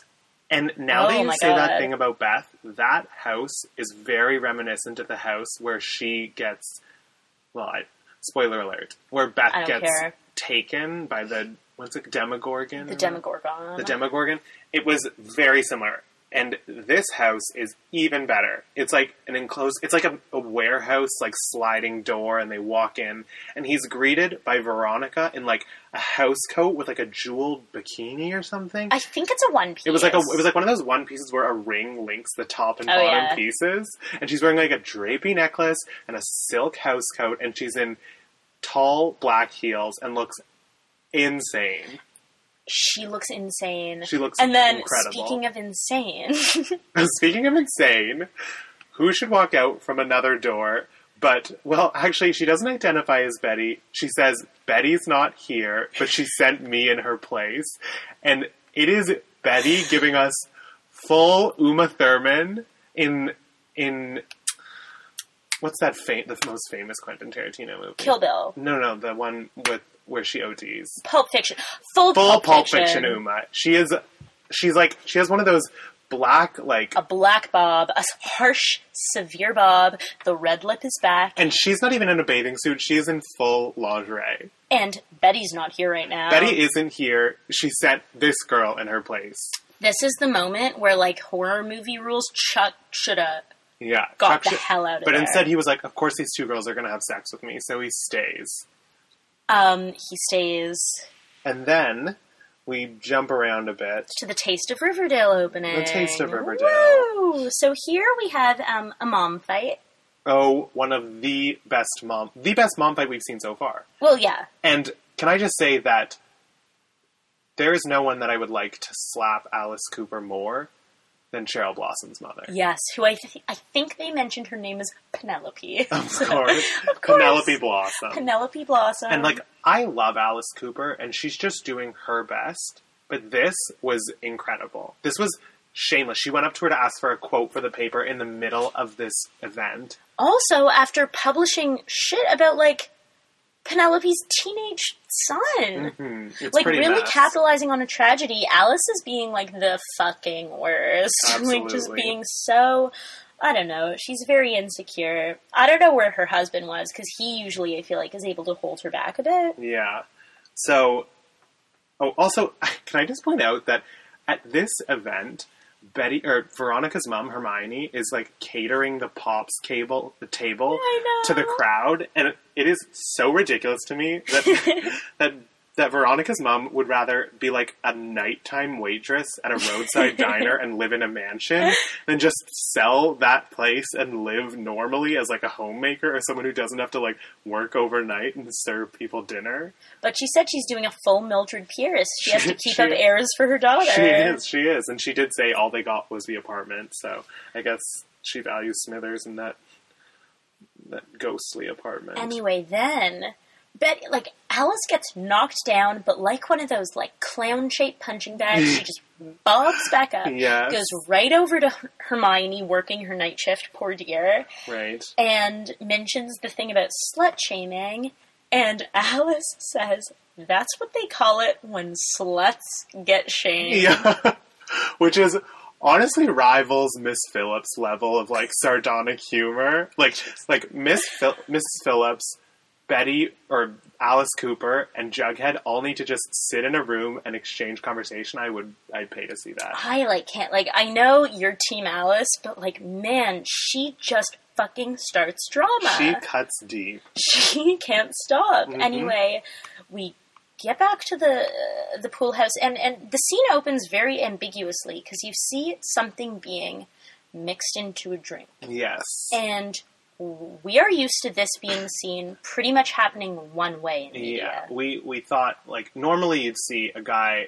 Speaker 1: And now that
Speaker 2: Oh
Speaker 1: you
Speaker 2: my
Speaker 1: say that
Speaker 2: God.
Speaker 1: thing about Beth, that house is very reminiscent of the house where she gets, well, I, spoiler alert, where
Speaker 2: I
Speaker 1: Beth
Speaker 2: don't
Speaker 1: gets
Speaker 2: care.
Speaker 1: taken by the what's it, Demogorgon?
Speaker 2: The Demogorgon.
Speaker 1: Mm. The Demogorgon. It was very similar, and this house is even better. It's like an enclosed, it's like a, a warehouse, like sliding door, and they walk in, and he's greeted by Veronica in like a house coat with like a jeweled bikini or something.
Speaker 2: I think it's a one piece.
Speaker 1: It was like a, it was like one of those one pieces where a ring links the top and
Speaker 2: Oh,
Speaker 1: bottom
Speaker 2: yeah.
Speaker 1: pieces, and she's wearing like a drapey necklace and a silk house coat, and she's in tall black heels and looks insane.
Speaker 2: she looks insane.
Speaker 1: She looks
Speaker 2: and then
Speaker 1: incredible.
Speaker 2: speaking of insane,
Speaker 1: Speaking of insane, who should walk out from another door? But well, actually, she doesn't identify as Betty. She says Betty's not here, but she sent me in her place, and it is Betty giving us full Uma Thurman in in what's that fam- the most famous Quentin Tarantino movie?
Speaker 2: Kill Bill,
Speaker 1: no, no, the one with where she ODs
Speaker 2: Pulp Fiction, full,
Speaker 1: full Pulp, Fiction.
Speaker 2: Fiction
Speaker 1: Uma. She is, she's like, she has one of those black, like,
Speaker 2: a black bob, a harsh, severe bob. The red lip is back,
Speaker 1: and she's not even in a bathing suit. She is in full lingerie.
Speaker 2: and Betty's not here right now.
Speaker 1: Betty isn't here. She sent this girl in her place.
Speaker 2: This is the moment where, like, horror movie rules, Chuck should have
Speaker 1: Yeah,
Speaker 2: got
Speaker 1: Chuck
Speaker 2: the
Speaker 1: should-
Speaker 2: hell out of
Speaker 1: But
Speaker 2: there.
Speaker 1: instead, he was like, "Of course, these two girls are going to have sex with me," so he stays.
Speaker 2: um, he stays
Speaker 1: And then we jump around a bit.
Speaker 2: to the Taste of Riverdale opening.
Speaker 1: The Taste of Riverdale.
Speaker 2: Woo! So here we have um, a mom fight.
Speaker 1: Oh, one of the best mom, the best mom fight we've seen so far.
Speaker 2: Well, yeah,
Speaker 1: And can I just say that there is no one that I would like to slap Alice Cooper more than Cheryl Blossom's mother.
Speaker 2: Yes, who I th- I think they mentioned her name is Penelope.
Speaker 1: Of course.
Speaker 2: Of course.
Speaker 1: Penelope Blossom.
Speaker 2: Penelope Blossom.
Speaker 1: and like I love Alice Cooper and she's just doing her best, but this was incredible. This was shameless. She went up to her to ask for a quote for the paper in the middle of this event.
Speaker 2: also after publishing shit about like Penelope's teenage son.
Speaker 1: Hmm, it's
Speaker 2: Like
Speaker 1: pretty
Speaker 2: really
Speaker 1: nuts.
Speaker 2: capitalizing on a tragedy, Alice is being like the fucking worst. like just
Speaker 1: Absolutely.
Speaker 2: being so I don't know. She's very insecure. I don't know where her husband was because he usually I feel like is able to hold her back a bit.
Speaker 1: Yeah. So, oh, also, can I just point out that at this event, Betty or Veronica's mom Hermione is like catering the pops cable the table
Speaker 2: I
Speaker 1: to the
Speaker 2: know.
Speaker 1: crowd, and it is so ridiculous to me that that that Veronica's mom would rather be like a nighttime waitress at a roadside diner and live in a mansion than just sell that place and live normally as like a homemaker or someone who doesn't have to like work overnight and serve people dinner.
Speaker 2: But she said she's doing a full Mildred Pierce. She has to keep
Speaker 1: She-
Speaker 2: up airs for her daughter.
Speaker 1: She is, she is, and she did say all they got was the apartment. So I guess she values Smithers in that that ghostly apartment.
Speaker 2: Anyway, then Betty, like Alice gets knocked down, but like one of those like clown-shaped punching bags, she just bobs back up,
Speaker 1: Yes.
Speaker 2: goes right over to Her- Hermione working her night shift, poor dear,
Speaker 1: right?
Speaker 2: and mentions the thing about slut shaming. And Alice says that's what they call it when sluts get shamed.
Speaker 1: Yeah, which is honestly rivals Miss Phillips' level of like sardonic humor. Like, like Miss Phil- Miss Phillips, Betty or Alice Cooper and Jughead all need to just sit in a room and exchange conversation. I would, I'd pay to see that.
Speaker 2: I like can't like I know you're Team Alice, but like man, she just fucking starts drama.
Speaker 1: She cuts deep. Mm-hmm.
Speaker 2: she can't stop. Anyway, we get back to the uh, the pool house and and the scene opens very ambiguously because you see something being mixed into a drink
Speaker 1: Yes.
Speaker 2: and we are used to this being seen pretty much happening one way in
Speaker 1: Yeah,
Speaker 2: the media.
Speaker 1: uh, we we thought like normally you'd see a guy,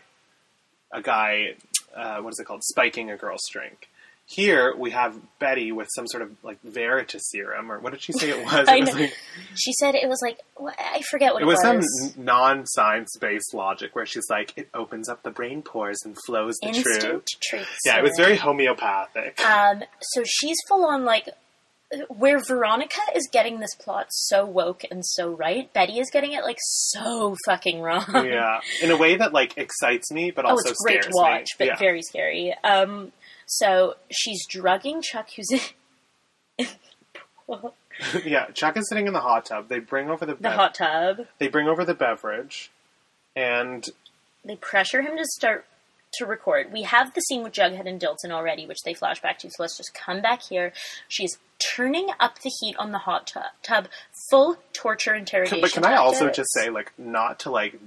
Speaker 1: a guy, uh, what is it called, spiking a girl's drink. Here we have Betty with some sort of like Veritas serum, or what did she say it was?
Speaker 2: I
Speaker 1: it was,
Speaker 2: know.
Speaker 1: like,
Speaker 2: She said it was like wh- I forget what
Speaker 1: it
Speaker 2: it,
Speaker 1: was some non science based logic where she's like, it opens up the brain pores and flows the
Speaker 2: Instant
Speaker 1: truth.
Speaker 2: truth.
Speaker 1: Yeah, it was
Speaker 2: serum.
Speaker 1: very homeopathic.
Speaker 2: Um, so she's full on like where Veronica is getting this plot so woke and so right. Betty is getting it like so fucking wrong.
Speaker 1: yeah, in a way that like excites me, but
Speaker 2: oh,
Speaker 1: also
Speaker 2: it's great to
Speaker 1: scares
Speaker 2: watch,
Speaker 1: me.
Speaker 2: but
Speaker 1: yeah.
Speaker 2: very scary. Um, so she's drugging Chuck, who's in
Speaker 1: yeah, Chuck is sitting in the hot tub. They bring over the,
Speaker 2: the
Speaker 1: bev-
Speaker 2: hot tub.
Speaker 1: they bring over the beverage, and
Speaker 2: They pressure him to start to record. We have the scene with Jughead and Dilton already, which they flash back to, so let's just come back here. She's turning up the heat on the hot tu- tub, full torture interrogation.
Speaker 1: But can I also
Speaker 2: tactics.
Speaker 1: just say, like, not to like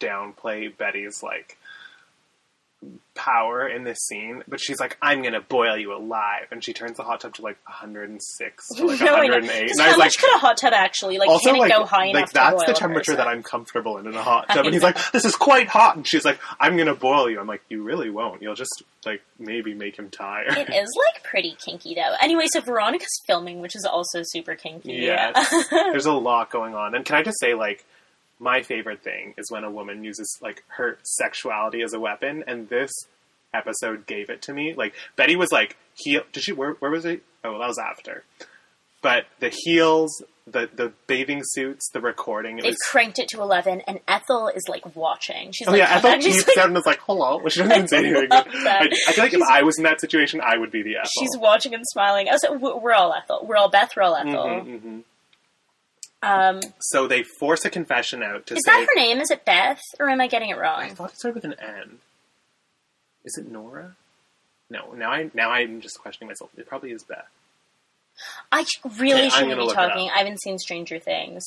Speaker 1: downplay Betty's like power in this scene, but she's like, "I'm gonna boil you alive," and she turns the hot tub to like 106 to like
Speaker 2: No, I know.
Speaker 1: 108,
Speaker 2: 'Cause
Speaker 1: and I
Speaker 2: how
Speaker 1: was like.
Speaker 2: much could a hot tub actually like?
Speaker 1: Also,
Speaker 2: can it
Speaker 1: like,
Speaker 2: go high enough
Speaker 1: like
Speaker 2: to
Speaker 1: that's the
Speaker 2: boil a
Speaker 1: temperature that
Speaker 2: person?
Speaker 1: I'm comfortable in in a hot
Speaker 2: I
Speaker 1: tub, and he's
Speaker 2: know.
Speaker 1: like, "This is quite hot," and she's like, "I'm gonna boil you." I'm like, "You really won't. You'll just like maybe make him tired."
Speaker 2: It is like pretty kinky though. Anyway, so Veronica's filming, which is also super kinky. Um,
Speaker 1: Yes. There's a lot going on. And can I just say, like, my favorite thing is when a woman uses, like, her sexuality as a weapon, and this episode gave it to me. Like, Betty was like, heel. Did she, where, where was it? Oh, that was after. But the heels, the, the bathing suits, the recording, it
Speaker 2: They've
Speaker 1: was.
Speaker 2: cranked it to eleven, and Ethel is like watching. She's
Speaker 1: Oh
Speaker 2: like,
Speaker 1: yeah, I
Speaker 2: "Come
Speaker 1: thought
Speaker 2: back." She's
Speaker 1: Keith
Speaker 2: like-
Speaker 1: said and was like, "Hello," which doesn't even say anything.
Speaker 2: love
Speaker 1: I,
Speaker 2: that.
Speaker 1: I feel like if
Speaker 2: She's-
Speaker 1: I was in that situation, I would be the asshole.
Speaker 2: She's watching and smiling. I was like, "We're we're all Ethel. We're all Beth. We're all Ethel."
Speaker 1: Mhm, mhm.
Speaker 2: Um,
Speaker 1: So they force a confession out to
Speaker 2: is
Speaker 1: say
Speaker 2: that her name? Is it Beth, or am I getting it
Speaker 1: I
Speaker 2: wrong?
Speaker 1: thought it started with an N. Is it Nora? No. Now I now I'm just questioning myself. It probably is Beth.
Speaker 2: I really
Speaker 1: Okay, I'm
Speaker 2: shouldn't
Speaker 1: gonna
Speaker 2: be
Speaker 1: look it up.
Speaker 2: talking. I haven't seen Stranger Things.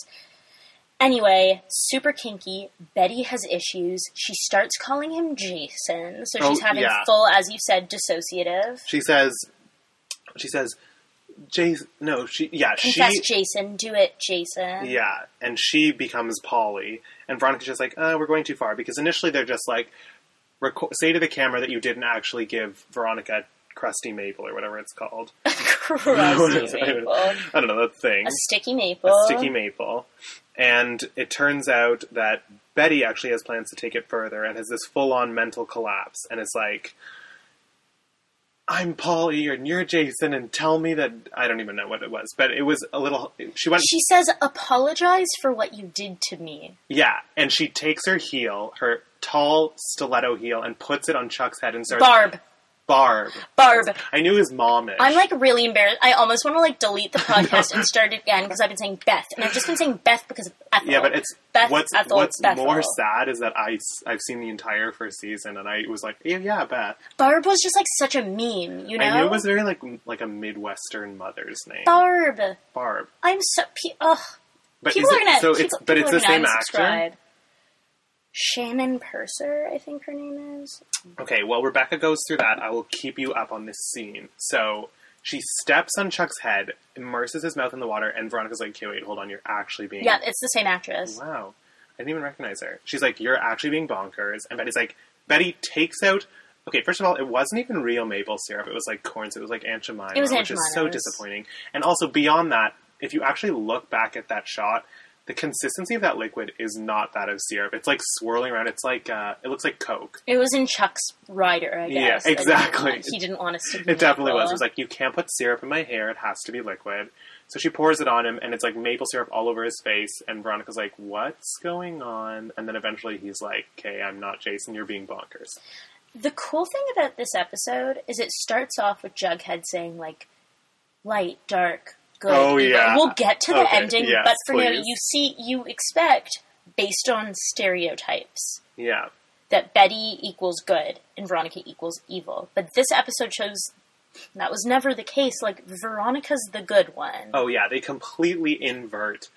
Speaker 2: Anyway, super kinky. Betty has issues. She starts calling him Jason, so
Speaker 1: Oh,
Speaker 2: she's having
Speaker 1: yeah.
Speaker 2: full, as you said, dissociative.
Speaker 1: She says. She says. Jason. No. She. Yeah.
Speaker 2: Confess,
Speaker 1: she.
Speaker 2: Jason. Do it, Jason.
Speaker 1: Yeah, and she becomes Polly, and Veronica's just like, "Uh, we're going too far," because initially they're just like, reco- "Say to the camera that you didn't actually give Veronica crusty maple or whatever it's called."
Speaker 2: Crusty maple.
Speaker 1: I don't know that thing.
Speaker 2: A sticky maple.
Speaker 1: a sticky maple. And it turns out that Betty actually has plans to take it further and has this full on mental collapse and is like, I'm Polly and you're Jason and tell me that I don't even know what it was, but it was a little. She went,
Speaker 2: She says, "Apologize for what you did to me."
Speaker 1: yeah, and she takes her heel, her tall stiletto heel, and puts it on Chuck's head and starts
Speaker 2: Barb,
Speaker 1: Barb.
Speaker 2: Barb.
Speaker 1: I knew his mom.
Speaker 2: I'm like really embarrassed. I almost want to like delete the podcast and start it again because I've been saying Beth, and I've just been saying Beth because of Ethel.
Speaker 1: Yeah, but it's
Speaker 2: Beth,
Speaker 1: what's
Speaker 2: Ethel,
Speaker 1: what's
Speaker 2: Bethel.
Speaker 1: more sad is that I have seen the entire first season and I was like, yeah, yeah, Beth.
Speaker 2: Barb was just like such a meme, you know.
Speaker 1: I knew it was very like m- like a midwestern mother's name,
Speaker 2: Barb.
Speaker 1: Barb.
Speaker 2: I'm so. Pe- ugh.
Speaker 1: But
Speaker 2: people
Speaker 1: is
Speaker 2: are
Speaker 1: it-
Speaker 2: gonna.
Speaker 1: so
Speaker 2: people,
Speaker 1: it's but it's
Speaker 2: people
Speaker 1: the
Speaker 2: are
Speaker 1: same
Speaker 2: gonna
Speaker 1: actor.
Speaker 2: unsubscribe. Shannon Purser, I think her name is.
Speaker 1: Okay, well Rebecca goes through that. I will keep you up on this scene. So she steps on Chuck's head, immerses his mouth in the water, and Veronica's like, "Okay, wait, hold on, you're actually being
Speaker 2: Yeah, it's the same actress.
Speaker 1: wow." I didn't even recognize her. She's like, "You're actually being bonkers," and Betty's like, "Betty takes out." Okay, first of all, it wasn't even real maple syrup. It was like corn syrup. It was like Aunt Jemima,
Speaker 2: It was Aunt
Speaker 1: which is so
Speaker 2: Jemima's.
Speaker 1: disappointing. And also beyond that, if you actually look back at that shot, the consistency of that liquid is not that of syrup. It's like swirling around. It's like uh, it looks like Coke.
Speaker 2: It was in Chuck's rider, I
Speaker 1: Yeah,
Speaker 2: guess. that he
Speaker 1: exactly.
Speaker 2: didn't want- He didn't want us to.
Speaker 1: It definitely was. It was like you can't put syrup in my hair. It has to be liquid. So she pours it on him, and it's like maple syrup all over his face. And Veronica's like, "What's going on?" And then eventually he's like, "Okay, I'm not Jason. You're being bonkers."
Speaker 2: The cool thing about this episode is it starts off with Jughead saying like, "Light, dark, good."
Speaker 1: Oh,
Speaker 2: evil."
Speaker 1: yeah.
Speaker 2: We'll get to the
Speaker 1: Okay,
Speaker 2: ending,
Speaker 1: yes,
Speaker 2: but for now,
Speaker 1: please.
Speaker 2: you see, you expect based on stereotypes
Speaker 1: Yeah.
Speaker 2: that Betty equals good and Veronica equals evil. But this episode shows that was never the case. Like Veronica's the good one.
Speaker 1: Oh yeah, they completely invert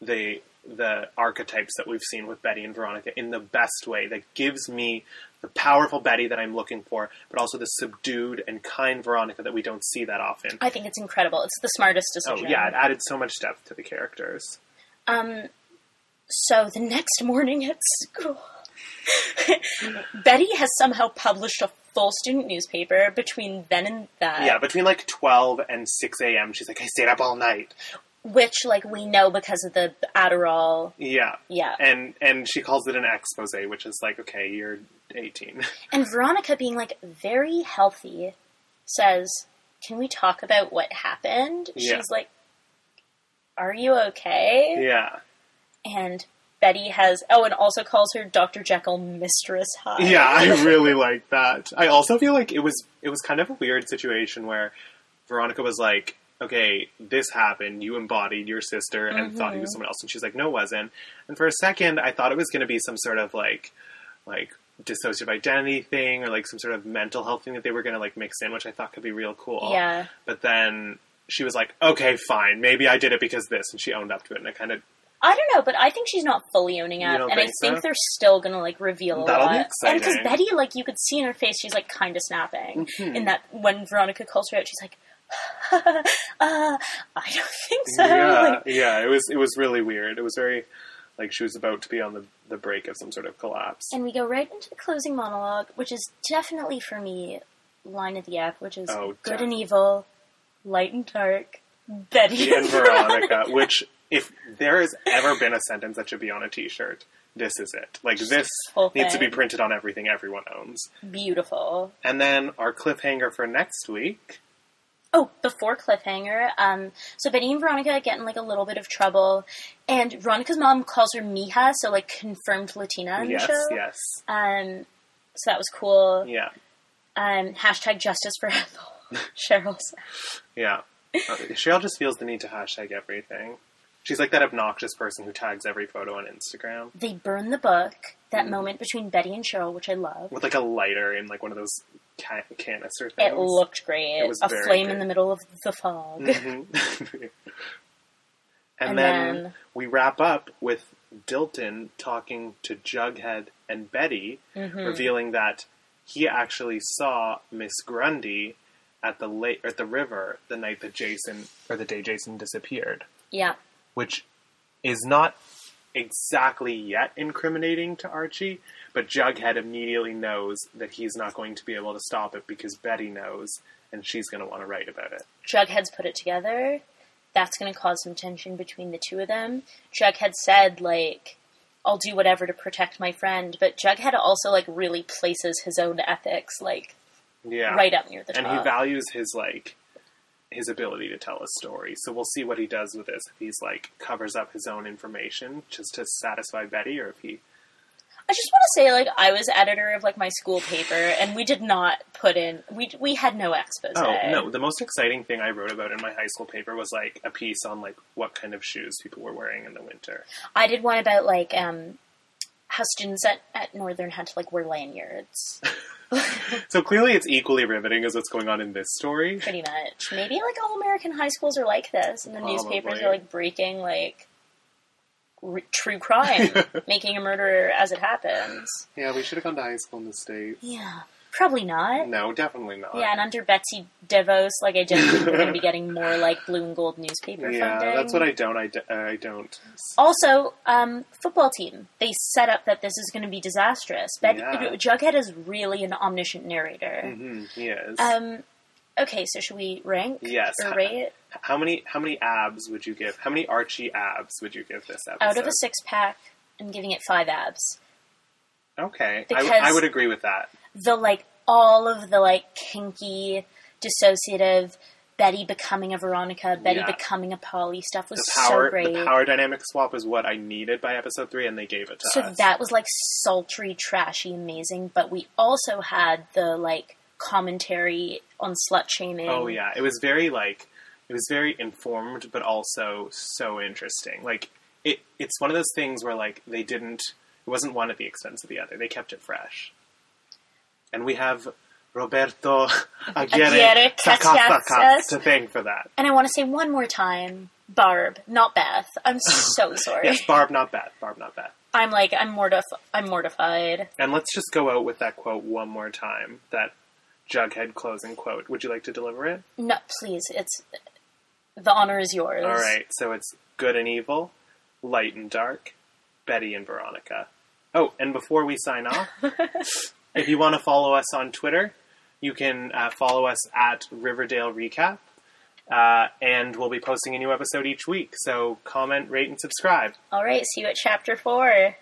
Speaker 1: the the archetypes that we've seen with Betty and Veronica in the best way that gives me the powerful Betty that I'm looking for, but also the subdued and kind Veronica that we don't see that often.
Speaker 2: I think it's incredible. It's the smartest
Speaker 1: Oh,
Speaker 2: decision.
Speaker 1: yeah, it added so much depth to the characters.
Speaker 2: Um, so the next morning at school, Betty has somehow published a full student newspaper between then and that,
Speaker 1: Yeah, between like 12 and 6 a.m., she's like, I stayed up all night.
Speaker 2: which like we know because of the Adderall.
Speaker 1: Yeah.
Speaker 2: Yeah.
Speaker 1: And and she calls it an expose, which is like, okay, you're 18.
Speaker 2: And Veronica, being like very healthy, says, Can we talk about what happened?
Speaker 1: Yeah.
Speaker 2: She's like, Are you okay?
Speaker 1: yeah.
Speaker 2: And Betty has, oh, and also calls her Dr. Jekyll Mistress Hyde.
Speaker 1: Yeah, I really like that. I also feel like it was it was kind of a weird situation where Veronica was like, "Okay, this happened. You embodied your sister and thought he was someone else," and she's like, "No, it wasn't." And for a second, I thought it was going to be some sort of like like dissociative identity thing or like some sort of mental health thing that they were going to like mix in, which I thought could be real cool.
Speaker 2: Yeah.
Speaker 1: But then she was like, "Okay, fine. Maybe I did it because this," and she owned up to it, and I kind of
Speaker 2: I don't know, but I think she's not fully owning
Speaker 1: You
Speaker 2: up,
Speaker 1: don't
Speaker 2: and I
Speaker 1: think
Speaker 2: think
Speaker 1: so?
Speaker 2: they're still gonna like reveal a
Speaker 1: That'll
Speaker 2: lot.
Speaker 1: be
Speaker 2: And
Speaker 1: exciting.
Speaker 2: because
Speaker 1: Mm-hmm.
Speaker 2: Betty, like, you could see in her face, she's like kind of snapping. In that when Veronica calls her out, she's like, uh, "I don't think so."
Speaker 1: yeah,
Speaker 2: Like,
Speaker 1: yeah, it was it was really weird. It was very like she was about to be on the the break of some sort of collapse.
Speaker 2: and we go right into the closing monologue, which is definitely for me line of the app, which is
Speaker 1: Oh,
Speaker 2: good
Speaker 1: def-
Speaker 2: and evil, light and dark, Betty
Speaker 1: and Veronica, which if there has ever been a sentence that should be on a T-shirt, this is it. Like this
Speaker 2: whole
Speaker 1: needs to be
Speaker 2: thing.
Speaker 1: printed on everything everyone owns.
Speaker 2: beautiful.
Speaker 1: And then our cliffhanger for next week.
Speaker 2: Oh, before cliffhanger, um, so Betty and Veronica get in like a little bit of trouble, and Veronica's mom calls her Mija, so like confirmed Latina on
Speaker 1: yes,
Speaker 2: the show.
Speaker 1: yes,
Speaker 2: Um, so that was cool.
Speaker 1: yeah,
Speaker 2: Um, hashtag justice for Ethel. Cheryl's.
Speaker 1: yeah. Uh, Cheryl just feels the need to hashtag everything. She's like that obnoxious person who tags every photo on Instagram
Speaker 2: They burn the book. That
Speaker 1: Mm.
Speaker 2: moment between Betty and Cheryl, which I love.
Speaker 1: with like a lighter in like one of those can- canister things.
Speaker 2: It looked great.
Speaker 1: It was
Speaker 2: a
Speaker 1: very
Speaker 2: flame
Speaker 1: good.
Speaker 2: in the middle of the fog.
Speaker 1: Mhm. and,
Speaker 2: And
Speaker 1: then,
Speaker 2: then-
Speaker 1: we wrap up with Dilton talking to Jughead and Betty, revealing that he actually saw Miss Grundy at the lake at the river the night that Jason or the day Jason disappeared,
Speaker 2: Yeah.
Speaker 1: which is not exactly yet incriminating to Archie, but Jughead immediately knows that he's not going to be able to stop it because Betty knows and she's going to want to write about it.
Speaker 2: Jughead's put it together. That's going to cause some tension between the two of them. Jughead said, like, I'll do whatever to protect my friend, but Jughead also, like, really places his own ethics, like,
Speaker 1: Yeah.
Speaker 2: right up near the top.
Speaker 1: and he values his like his ability to tell a story. So we'll see what he does with this. If he's like covers up his own information just to satisfy Betty, or if he
Speaker 2: I just want to say, like, I was editor of, like, my school paper, and we did not put in, we, we had no expose.
Speaker 1: oh no, the most exciting thing I wrote about in my high school paper was like a piece on like what kind of shoes people were wearing in the winter.
Speaker 2: I did one about, like, um, how students at, at Northern had to, like, wear lanyards,
Speaker 1: So clearly, it's equally riveting as what's going on in this story.
Speaker 2: pretty much. Maybe, like, all American high schools are like this, and the newspapers
Speaker 1: Probably.
Speaker 2: are, like, breaking, like, r- true crime, making a murderer as it happens.
Speaker 1: Yeah, we should have gone to high school in the states.
Speaker 2: Yeah. Probably not.
Speaker 1: No, definitely not.
Speaker 2: Yeah, and under Betsy DeVos, like, I don't think we're going to be getting more, like, blue and gold newspaper
Speaker 1: Yeah,
Speaker 2: funding.
Speaker 1: that's what I don't. I, d- uh, I don't.
Speaker 2: Also, um, football team. They set up that this is going to be disastrous. But
Speaker 1: Yeah.
Speaker 2: Jughead is really an omniscient narrator.
Speaker 1: hmm Yes.
Speaker 2: Um, okay, so should we rank?
Speaker 1: Yes.
Speaker 2: Or rate?
Speaker 1: How many how many abs would you give? How many Archie abs would you give this episode?
Speaker 2: Out of a six pack, I'm giving it five abs.
Speaker 1: okay, I,
Speaker 2: Because-
Speaker 1: I would agree with that.
Speaker 2: The, like, all of the, like, kinky, dissociative, Betty becoming a Veronica, Betty
Speaker 1: Yeah.
Speaker 2: becoming a Polly stuff was
Speaker 1: The power
Speaker 2: so great.
Speaker 1: the power dynamic swap is what I needed by episode three, and they gave it to
Speaker 2: So
Speaker 1: us.
Speaker 2: that was like sultry, trashy, amazing. But we also had the like commentary on slut shaming.
Speaker 1: oh yeah, it was very like it was very informed, but also so interesting. Like it it's one of those things where like they didn't it wasn't one at the expense of the other. They kept it fresh, and we have. Roberto Aguirre,
Speaker 2: Aguirre
Speaker 1: Sacacacas
Speaker 2: Cascas.
Speaker 1: to thank for that.
Speaker 2: And I want to say one more time Barb, not Beth. I'm so sorry.
Speaker 1: Yes, Barb, not Beth. Barb, not Beth.
Speaker 2: I'm like I'm mortif- I'm mortified.
Speaker 1: And let's just go out with that quote one more time. That Jughead closing quote. Would you like to deliver it?
Speaker 2: No, please. It's the honor is yours.
Speaker 1: All right. So it's good and evil, light and dark, Betty and Veronica. Oh, and before we sign off, if you want to follow us on Twitter, you can uh, follow us at Riverdale Recap. Uh, and we'll be posting a new episode each week. So comment, rate, and subscribe.
Speaker 2: All right. See you at chapter four.